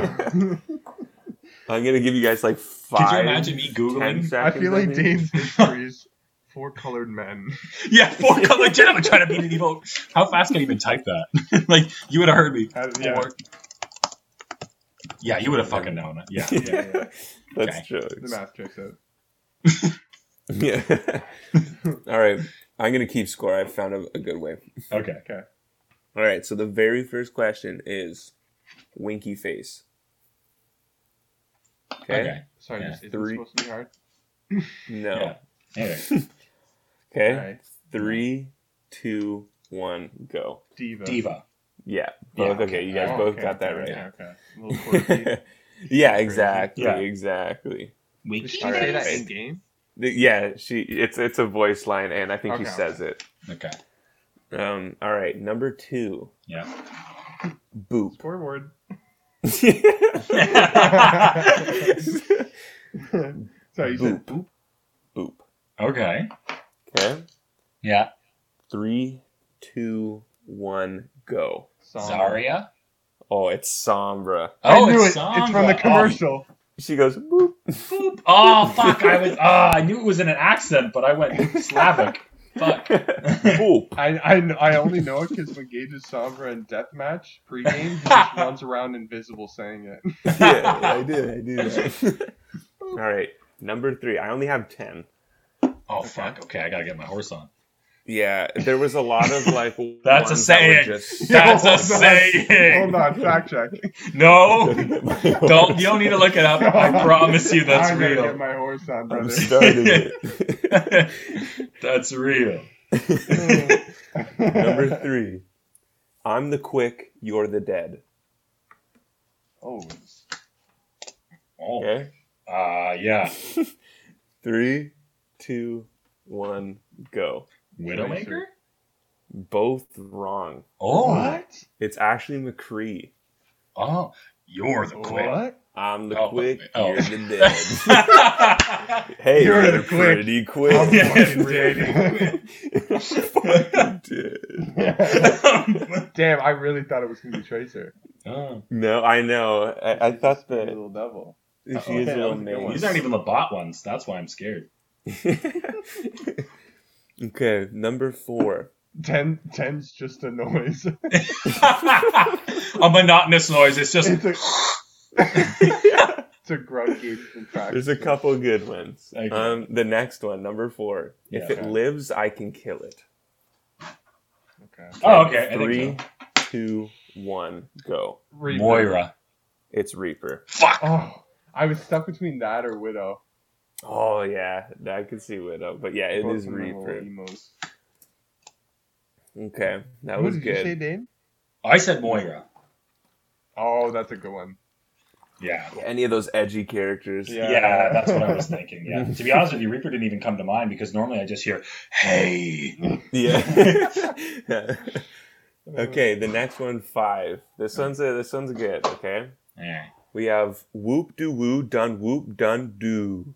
B: I'm gonna give you guys like
D: could you
B: five.
D: imagine me
B: ten
D: googling?
E: I
B: seconds,
E: feel like
B: think.
E: Dane's history is four colored men.
D: Yeah, four colored gentlemen trying to beat an evil. How fast can I even type that? like you would have heard me.
E: Uh, yeah.
D: Four. Yeah, you would have fucking known it. Yeah.
E: yeah, yeah.
B: That's true.
E: The math checks out.
B: Yeah. All right, I'm gonna keep score. I found a, a good way.
D: Okay.
B: All right, so the very first question is Winky Face. Okay.
D: Okay.
F: Sorry,
D: Yeah.
F: is this
B: Three.
F: supposed to be hard?
B: No.
D: Yeah. Anyway.
B: Okay.
E: All right.
B: Three, two, one, go.
E: Diva.
D: Diva.
B: Yeah, both.
D: Yeah,
B: okay, you guys
D: Oh,
B: both
D: okay,
B: got that
D: okay,
B: right.
D: Yeah, okay.
G: A little quirky.
B: yeah, exactly,
D: Yeah.
B: exactly.
D: Wait,
G: Did she
B: All
G: say
B: right.
G: that in game?
B: The- Yeah, she. It's it's a voice line, and I think she
G: Okay.
B: says it.
D: Okay.
B: Um. All right, number two,
D: Yeah.
B: boop.
G: Scoreboard.
B: boop.
F: So you said boop.
B: Boop.
D: okay.
B: Okay.
D: Yeah.
B: Three, two, one, go.
F: Song.
D: Zarya.
B: Oh, it's Sombra.
F: I
D: Oh,
F: knew
D: it's
F: it.
D: Sombra.
F: It's from the
D: Oh,
F: commercial.
B: She goes boop.
D: boop. Oh, fuck! I was. Ah, I knew it was in an accent, but I went Slavic. fuck.
B: boop.
F: I, I, kn- I only know it because when Gage is Sombra in Deathmatch pregame, he just runs around invisible saying it.
B: yeah, I did. I did. All right, number three. I only have ten.
D: Oh fuck. Okay, I gotta get my horse on.
B: Yeah, there was a lot of like.
D: That's a
B: ones that were
D: saying.
B: just-
D: That's
F: Hold
D: a
F: on.
D: saying.
F: Hold on, fact check.
D: No, don't. You don't need to look it up. I promise you, that's
F: I'm gonna get
D: real.
F: my horse on,
B: I'm
F: brother.
B: starting it.
D: that's real.
F: Mm.
B: Number three. I'm the quick, you're the dead.
F: oh,
D: Oh,
B: Okay.
D: uh, yeah.
B: Three, two, one, go.
D: Widowmaker.
B: Both wrong.
D: Oh,
F: what?
B: It's Ashley McCree.
D: oh, you're the quick.
F: What?
B: I'm the
D: Oh,
B: quick,
D: oh.
B: you're the dead. hey,
F: You're the quick.
B: pretty quick.
F: I'm fucking
B: Fucking dead.
F: Damn, I really thought it was gonna be Tracer.
D: Oh,
B: No, I know. I, I thought
F: Pretty
B: that
F: little devil.
B: she is a
F: that
B: little
F: was a good one.
B: maze.
D: these aren't even the bot ones. That's why I'm scared.
B: okay, number four.
F: Ten, ten's just a noise.
D: a monotonous noise. It's just
F: it's a, it's a grunt game from practice.
B: There's a couple good ones.
D: Okay.
B: Um, the next one, number four. if
D: Yeah,
B: it
D: okay.
B: lives, I can kill it.
F: Okay.
D: Oh, okay. I think
B: Three,
D: so.
B: two, one, go.
F: Reaper.
D: Moira.
B: It's Reaper.
D: Fuck.
F: Oh, I was stuck between that or Widow.
B: Oh yeah, I can see Widow, but yeah, it
F: Both
B: is
F: of them are little
B: Reaper.
F: Emos.
B: Okay, that
F: Who
B: was
F: did Hmm, you say
B: good.
F: name?
D: I said Moira.
F: Oh, that's a good one.
D: Yeah.
B: Any of those edgy characters?
F: Yeah.
D: yeah. that's what I was thinking. Yeah. to be honest with you, Reaper didn't even come to mind because normally I just hear, "Hey."
B: Yeah. okay, the next one, five. This one's a, this one's good. Okay,
D: Yeah.
B: we have whoop doo woo dun whoop dun doo.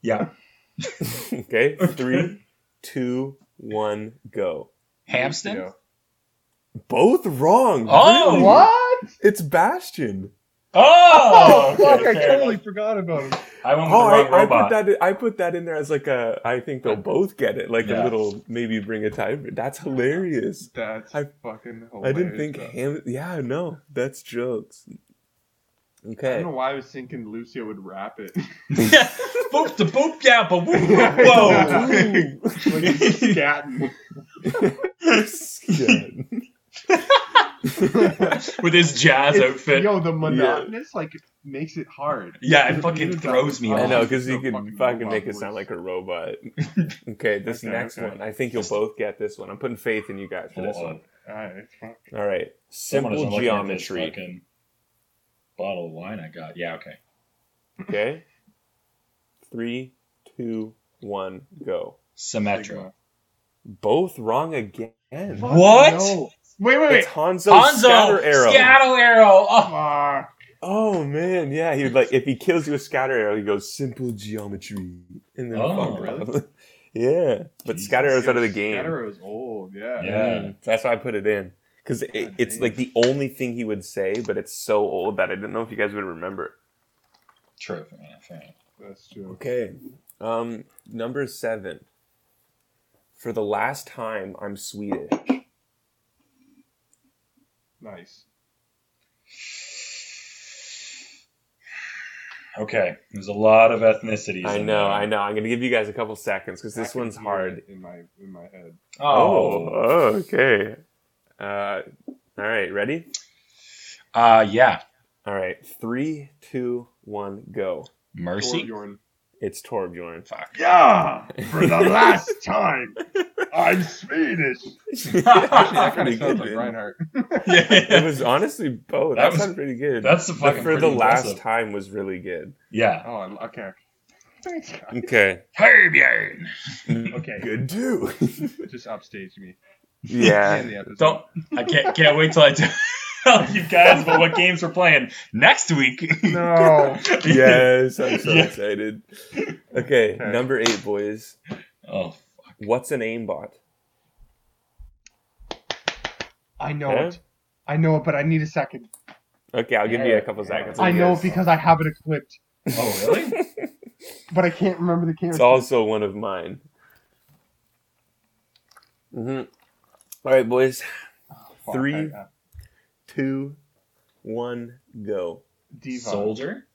D: Yeah.
B: Okay, three, two, one, go.
D: Hamston.
F: Yeah.
B: Both wrong.
D: Oh,
B: really?
F: What?
B: It's Bastion.
D: Oh,
F: Oh, fuck!
D: okay,
F: I
D: fair
F: totally
D: enough.
F: forgot about him.
D: I went with
B: Oh,
D: the wrong
B: I, I put
D: robot.
B: that. In, I put that in there as like a. I think they'll both get it. Like a
D: Yeah.
B: little maybe bring a tie. That's hilarious.
F: That's
B: I-
F: fucking. Hilarious,
B: I didn't think
F: though.
B: him. Yeah, no, that's jokes.
F: I
B: Okay.
F: don't know why I was thinking Lucio would rap it.
D: boop the boop yeah, but whoop, whoop, whoa.
B: Oh, Whoa.
F: like he's scatting.
D: with his jazz
F: It's-
D: outfit.
F: Yo, the monotonous like makes it hard.
D: Yeah, it fucking throws me
B: I
D: off.
B: know because you
F: The
B: can
F: fucking
B: fucking,
F: robot
B: make it sound
F: voice.
B: like a robot. Okay, this
F: Okay,
B: next
F: okay.
B: one. I think you'll both get this one. I'm putting faith in you guys for this
D: Uh-oh.
B: one.
F: Alright, fuck.
B: All right,
D: Someone
B: simple
D: isn't looking at this
B: geometry.
D: fucking Bottle of wine I got. Yeah, okay.
B: Okay. Three, two, one, go.
D: Symmetra.
B: Both wrong again.
F: Fuck,
D: What?
F: no. Wait, wait,
B: It's
F: wait.
B: Hanzo,
D: Hanzo,
B: scatter arrow.
D: Scatter arrow. Oh,
F: Fuck.
B: oh man, yeah. He would like if he kills you with scatter arrow, he goes simple geometry, and then
D: Oh,
B: fuck
F: really?
B: off. yeah. But scatter arrow's out of the game.
F: Scattero's old, yeah.
D: Yeah.
B: Mm, that's why I put it in because it,
F: God
B: it's
F: damn.
B: like the only thing he would say, but it's so old that I didn't know if you guys would remember.
D: true. Yeah, fair enough.
F: That's true.
B: Okay. Um, number seven. For the last time, I'm Swedish.
F: Nice.
D: Okay, there's a lot of ethnicities.
B: I
D: in
B: know,
D: there.
B: I know. I'm gonna give you guys a couple seconds because
F: I
B: this
F: can
B: one's
F: hear
B: hard.
F: it in my in my head.
B: Oh,
D: Oh.
B: oh, okay. Uh, all right, ready? Oh.
D: Uh, yeah.
B: All right, three, two, one, go.
D: Mercy.
F: Torbjorn.
B: It's Torbjorn.
D: Fuck.
F: Yeah, for the last time, I'm Swedish. Actually, that
B: That's
F: kind
B: pretty
F: of
B: good,
F: sounds like
B: man.
F: Reinhardt.
B: It
D: yeah.
B: was honestly both.
D: That
B: That,
D: was-
B: sounded pretty good.
D: That's the
B: but
D: fucking
B: for the
D: pretty
B: last
D: impressive.
B: time was really good.
D: Yeah.
F: Oh, I- okay. Thanks, God.
B: Okay.
D: Hey, Bjorn.
F: Okay,
B: Good too.
F: just upstaged me.
B: yeah.
F: End the episode.
D: Don't. I can't. Can't wait till I tell you guys about what games we're playing next week.
F: No.
B: yes, I'm so
D: Yeah.
B: excited. Okay,
F: Okay.
B: number eight, boys.
D: Oh,
B: What's an aimbot?
F: I know
B: Yeah?
F: it. I know it, but I need a second.
B: Okay, I'll give you a couple
D: Yeah.
B: seconds.
F: I know it
B: guess.
F: because I have it equipped,
D: oh, really?
F: but I can't remember the
B: It's
F: character.
B: also one of mine. hmm All right, boys.
F: Fuck,
B: three.
F: I- uh,
B: Two, one, go.
F: Diva.
D: Soldier.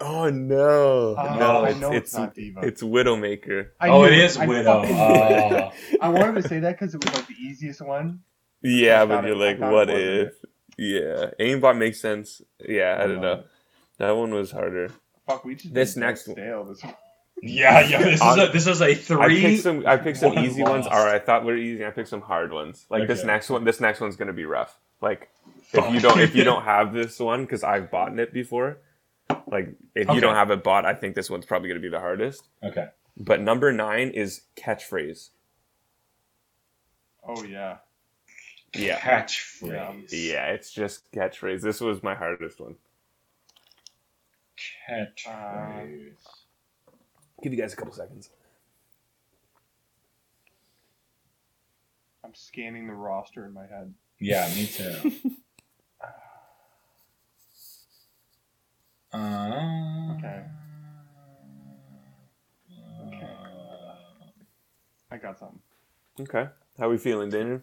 B: Oh no!
F: Oh,
B: no,
F: I
B: it's
F: know it's,
B: it's,
F: not Diva.
B: it's Widowmaker.
F: I
D: oh,
F: knew
D: it is
F: I
D: Widow.
F: fucking knew
D: Oh.
F: it. I wanted to say that because it was like the easiest one.
B: Yeah,
F: I
B: but
F: thought it-
B: you're
F: I
B: like,
F: thought it
B: what
F: wasn't
B: if? Yeah, aimbot makes sense. Yeah, I don't know. That one was harder.
F: Fuck, we just
B: This
F: been
B: next one.
F: stale this one.
D: yeah, yeah. This is a this is a
B: I
D: three.
B: picked some. I picked some
D: one
B: easy ones.
D: lost.
B: All right, I thought were easy. I picked some hard ones. Like this
D: Okay.
B: next one. This next one's gonna be rough. Like if you don't if you don't have this one because I've bought it before. Like if
D: Okay.
B: you don't have it bought, I think this one's probably gonna be the hardest.
D: Okay.
B: But number nine is catchphrase.
F: Oh yeah.
B: Yeah.
D: Catchphrase.
B: Yeah, it's just catchphrase. This was my hardest one.
F: Um,
D: Catchphrase.
B: Give you guys a couple seconds.
F: I'm scanning the roster in my head.
D: Yeah, me too. uh,
F: Okay.
D: uh,
F: I got something.
B: Okay. How we feeling, Daniel?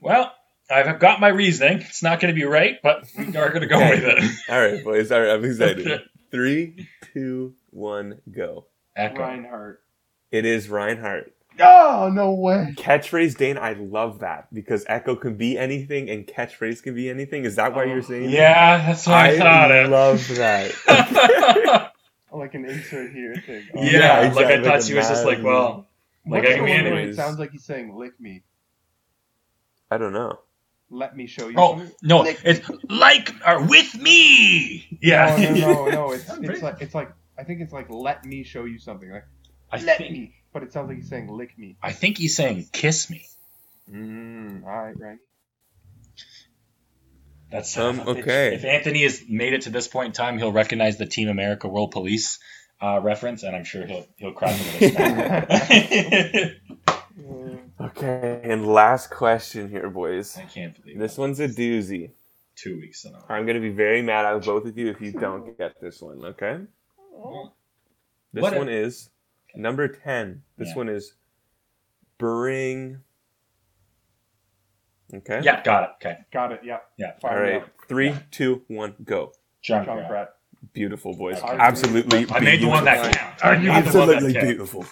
D: Well, I've got my reasoning. It's not going to be right, but we are going to go with it.
B: All right, boys. All right, I'm excited. Three, two, one, go.
D: Echo.
F: Reinhardt.
B: It is Reinhardt.
F: Oh no way.
B: Catchphrase, Dane, I love that because echo can be anything and catchphrase can be anything. Is that why you're saying that?
D: Yeah, that's what I, thought it.
B: love that.
F: Like an insert here thing.
D: yeah,
F: Oh,
D: like I
B: exactly,
D: thought
B: the
D: she was just like,
B: man.
D: well, like
F: What's
D: I can
F: the
D: be
F: one where
D: anyone.
F: It sounds like he's saying "lick me."
B: I don't know.
F: Let me show you.
D: Oh
F: something."
D: no,
F: Nick-
D: it's like or with me. Yeah,
F: Oh, No, no, no, no. It's
D: Sounds
F: it's
D: pretty-
F: like it's like I think it's like "let me show you something." Like
D: I
F: "let
D: think
F: me," but it sounds like he's saying "lick me."
D: I think he's saying kiss me.
F: Mm, all right, right.
D: That's
B: Um,
D: if-
B: okay.
D: If Anthony has made it to this point in time, he'll recognize the Team America World Police uh, reference, and I'm sure he'll he'll cry for this. I
B: Mm. Okay, and last question here, boys.
D: can't believe
B: This
D: this.
B: one's a doozy.
D: Two weeks in a row.
B: I'm gonna be very mad at both of you if you don't get this one. Okay. This
D: What a-
B: one is number ten. This
D: Yeah.
B: one is bring. Okay.
D: Yeah, got it. Okay,
F: Got it. Yeah.
D: Yeah.
B: All
F: Fire me
B: right.
F: up.
B: Three, two, one, go.
D: John.
F: John
D: Cryer.
F: Pratt.
B: Beautiful boys.
D: I-
B: Absolutely.
D: I made the one that counts. I made the one
B: Absolutely
D: that counts.
B: beautiful.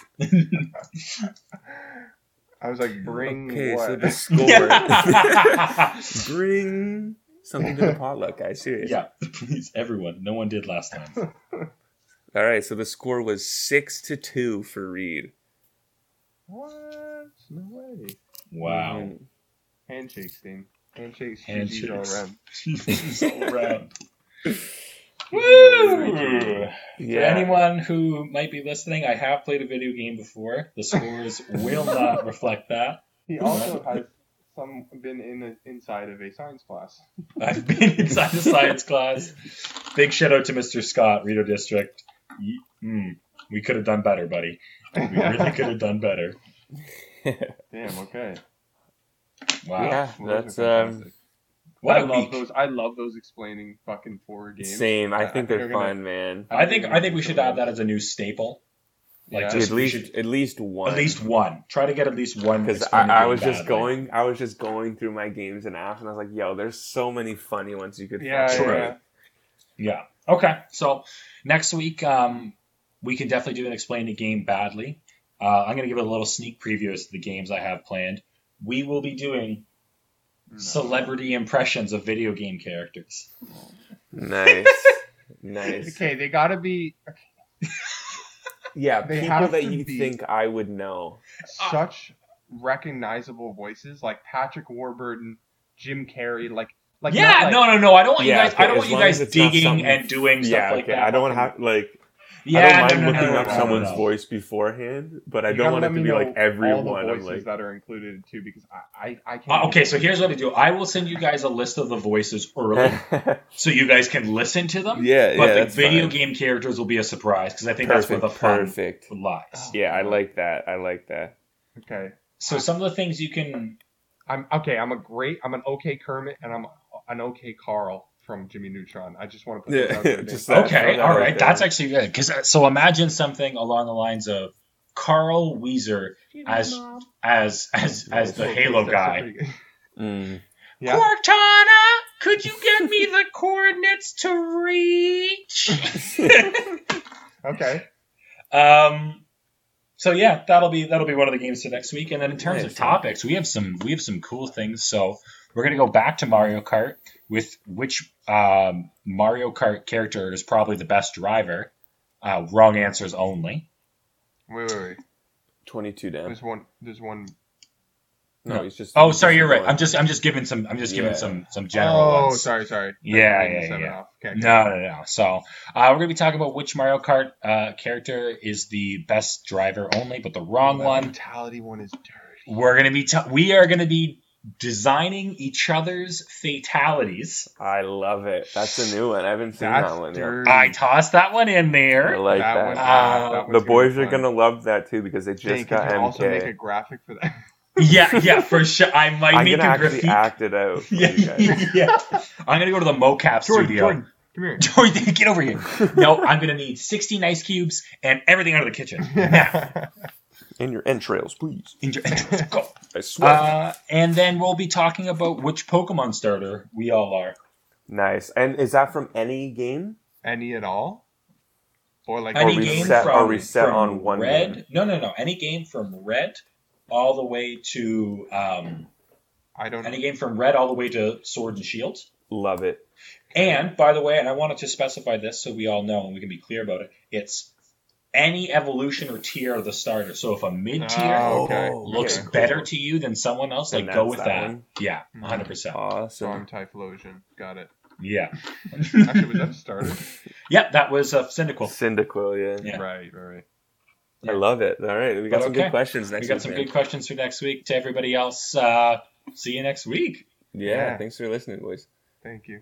F: I was like, "Bring
B: Okay,
F: what?"
B: so the score.
D: Yeah.
B: Bring something to the potluck, guys. Serious.
D: yeah, please, everyone. No one did last time.
B: All right. So the score was six to two for Reed.
F: What? No way.
D: Wow.
B: Mhm.
F: Handshakes, Dean. Handshakes.
D: Handshakes.
F: GGs all around.
D: It's all around.
F: Woo!
D: For
B: Yeah.
D: anyone who might be listening, I have played a video game before. The scores will not reflect that.
F: He also has some been in a, inside of a science class.
D: I've been inside the science class. Big shout out to Mr. Scott, Rito District. Ye- mm, we could have done better, buddy. We really could have done better.
F: Damn. Okay.
D: Wow.
B: Yeah,
F: Well, those
B: that's,
F: are
B: um,
F: fantastic.
D: What
F: I
D: a
F: love
D: week.
F: those. I love those explaining fucking horror games.
B: Same.
F: I
B: I
F: think
B: think they're
F: we're gonna-
B: fun, man.
D: I think I think we should add that as a new staple. Like
F: Yeah.
D: just
B: at
D: we
B: least
D: should-
B: at least one.
D: at least one. Try to get at least one.
B: because I,
D: explained
B: I
D: game
B: was just
D: badly.
B: going I was just going through my games and apps and I was like, yo, there's so many funny ones you could
F: Yeah.
B: find.
D: Sure.
F: yeah.
D: Yeah. Okay. So next week, um, we can definitely do an explain a game badly. Uh, I'm going to give it a little sneak preview as to the games I have planned. We will be doing
F: No.
D: celebrity impressions of video game characters.
B: Nice. nice.
F: Okay, they gotta be.
B: yeah,
F: They
B: people
F: have
B: that
F: to
B: you
F: be-
B: think I would know.
D: Ah.
F: such recognizable voices like Patrick Warburton, Jim Carrey, like like
D: yeah,
F: not like-
D: no, no, no. I don't want
B: Yeah,
D: you guys. I
B: okay,
D: don't want
B: as
D: you
B: long
D: guys
B: as it's not
D: digging
B: something-
D: and doing stuff
B: yeah,
D: like
B: okay.
D: that.
B: I don't want to have like
D: Yeah,
B: I don't
D: no,
B: mind
D: no, no,
B: looking
D: no,
B: up
D: no, no,
B: someone's
D: no.
B: voice beforehand, but I
F: you
B: don't
F: gotta
B: want
F: let
B: it
F: me
B: to be
F: know
B: like everyone.
F: All the voices
B: I'm like,
F: that are included too, because I I, I can't.
D: Uh, okay, so here's what I do. I will send you guys a list of the voices early, so you guys can listen to them.
B: yeah,
D: but
B: yeah,
D: the
B: that's
D: video
B: fine.
D: game characters will be a surprise because I think that's where
B: perfect,
D: the fun
B: perfect.
D: lies.
B: Yeah, I like that. I like that.
F: okay.
D: So some of the things you can.
F: I'm okay. I'm a great. I'm an okay Kermit, and I'm an okay Carl from Jimmy Neutron. I just want to put
B: Yeah,
F: that out there.
B: just
F: Just
B: that.
D: okay,
B: that
D: all
B: out
D: right,
B: there.
D: that's actually good. Because so imagine something along the lines of Carl Weezer as as as as the Halo guy.
B: Mm.
F: Yeah.
D: Cortana, could you get me the coordinates to reach?
F: Okay.
D: um, so yeah, that'll be that'll be one of the games for next week. And then in terms of
B: Nice.
D: topics, we have some we have some cool things. So we're gonna go back to Mario Kart with which um, Mario Kart character is probably the best driver. Uh, wrong answers only.
F: Wait, wait, wait.
B: Twenty-two down.
F: There's one. There's one.
B: No, he's just.
D: Oh,
B: he's
D: sorry,
B: just
D: you're right.
B: going.
D: I'm just I'm just giving some I'm just
B: Yeah.
D: giving some some general
F: oh,
D: ones.
F: sorry, sorry.
D: Yeah,
F: I'm reading
D: yeah,
F: seven
D: yeah.
F: off. Okay, okay.
D: No, no, no. So uh, we're gonna be talking about which Mario Kart uh, character is the best driver only, but the wrong
F: That
D: one.
F: Mentality one is dirty.
D: We're gonna be t- we are gonna be designing each other's fatalities.
B: I love it. That's a new one. I haven't seen
F: That's
B: that one yet.
F: dirty.
D: I tossed that one in
B: I
D: there.
B: like
F: That
B: that.
F: one-
D: Uh,
F: that one's
B: the
F: be
B: boys are
F: fun.
B: gonna love that too because they
F: Dang,
B: just
F: could
B: got
F: you also make a
B: MK.
F: graphic for that?
D: Yeah, yeah, for sure. I might
B: I'm
D: make
B: gonna
D: a
B: actually
D: graffiti.
B: act it out. for you
D: yeah,
B: guys.
D: yeah. I'm gonna go to the mocap
F: Jordan,
D: studio.
F: Jordan, come here.
D: Jordan, get over here. No, I'm gonna need 16 ice cubes and everything out of the kitchen. Now,
B: In your entrails, please.
D: enjoy- enjoy. go.
B: I swear.
D: Uh, and then we'll be talking about which Pokemon starter we all are.
B: nice. And is that from any game?
F: Any at all? Or like
D: Any
B: we
D: game
B: set-
D: from,
B: are we set
D: from
B: on one
D: red?
B: game?
D: No, no, no. Any game from red all the way to um,
F: I don't
D: any game from red all the way to Sword and Shield.
B: Love it.
D: And by the way, and I wanted to specify this so we all know and we can be clear about it. It's any evolution or tier of the starter. So if a mid tier
F: Oh, okay.
B: Oh,
D: looks
B: okay.
D: better to you than someone else,
B: And
D: like go
B: that's
D: with
B: that
D: that.
B: one? Mm-hmm.
D: Yeah,
F: Mhm.
D: 100. percent
B: Awesome.
F: Storm Typhlosion. Got it.
D: Yeah,
F: Actually, was that started?
D: yeah. That was uh, Cyndaquil.
B: Cyndaquil, yeah.
D: Yeah.
F: Right, right, right.
D: Yeah.
B: I love it. All right, we got
D: But
B: some
D: okay.
B: good questions next
D: we got
B: week,
D: some
B: man.
D: good questions for next week. To everybody else, uh, see you next week.
B: Yeah,
F: Yeah.
B: thanks for listening, boys.
F: Thank you.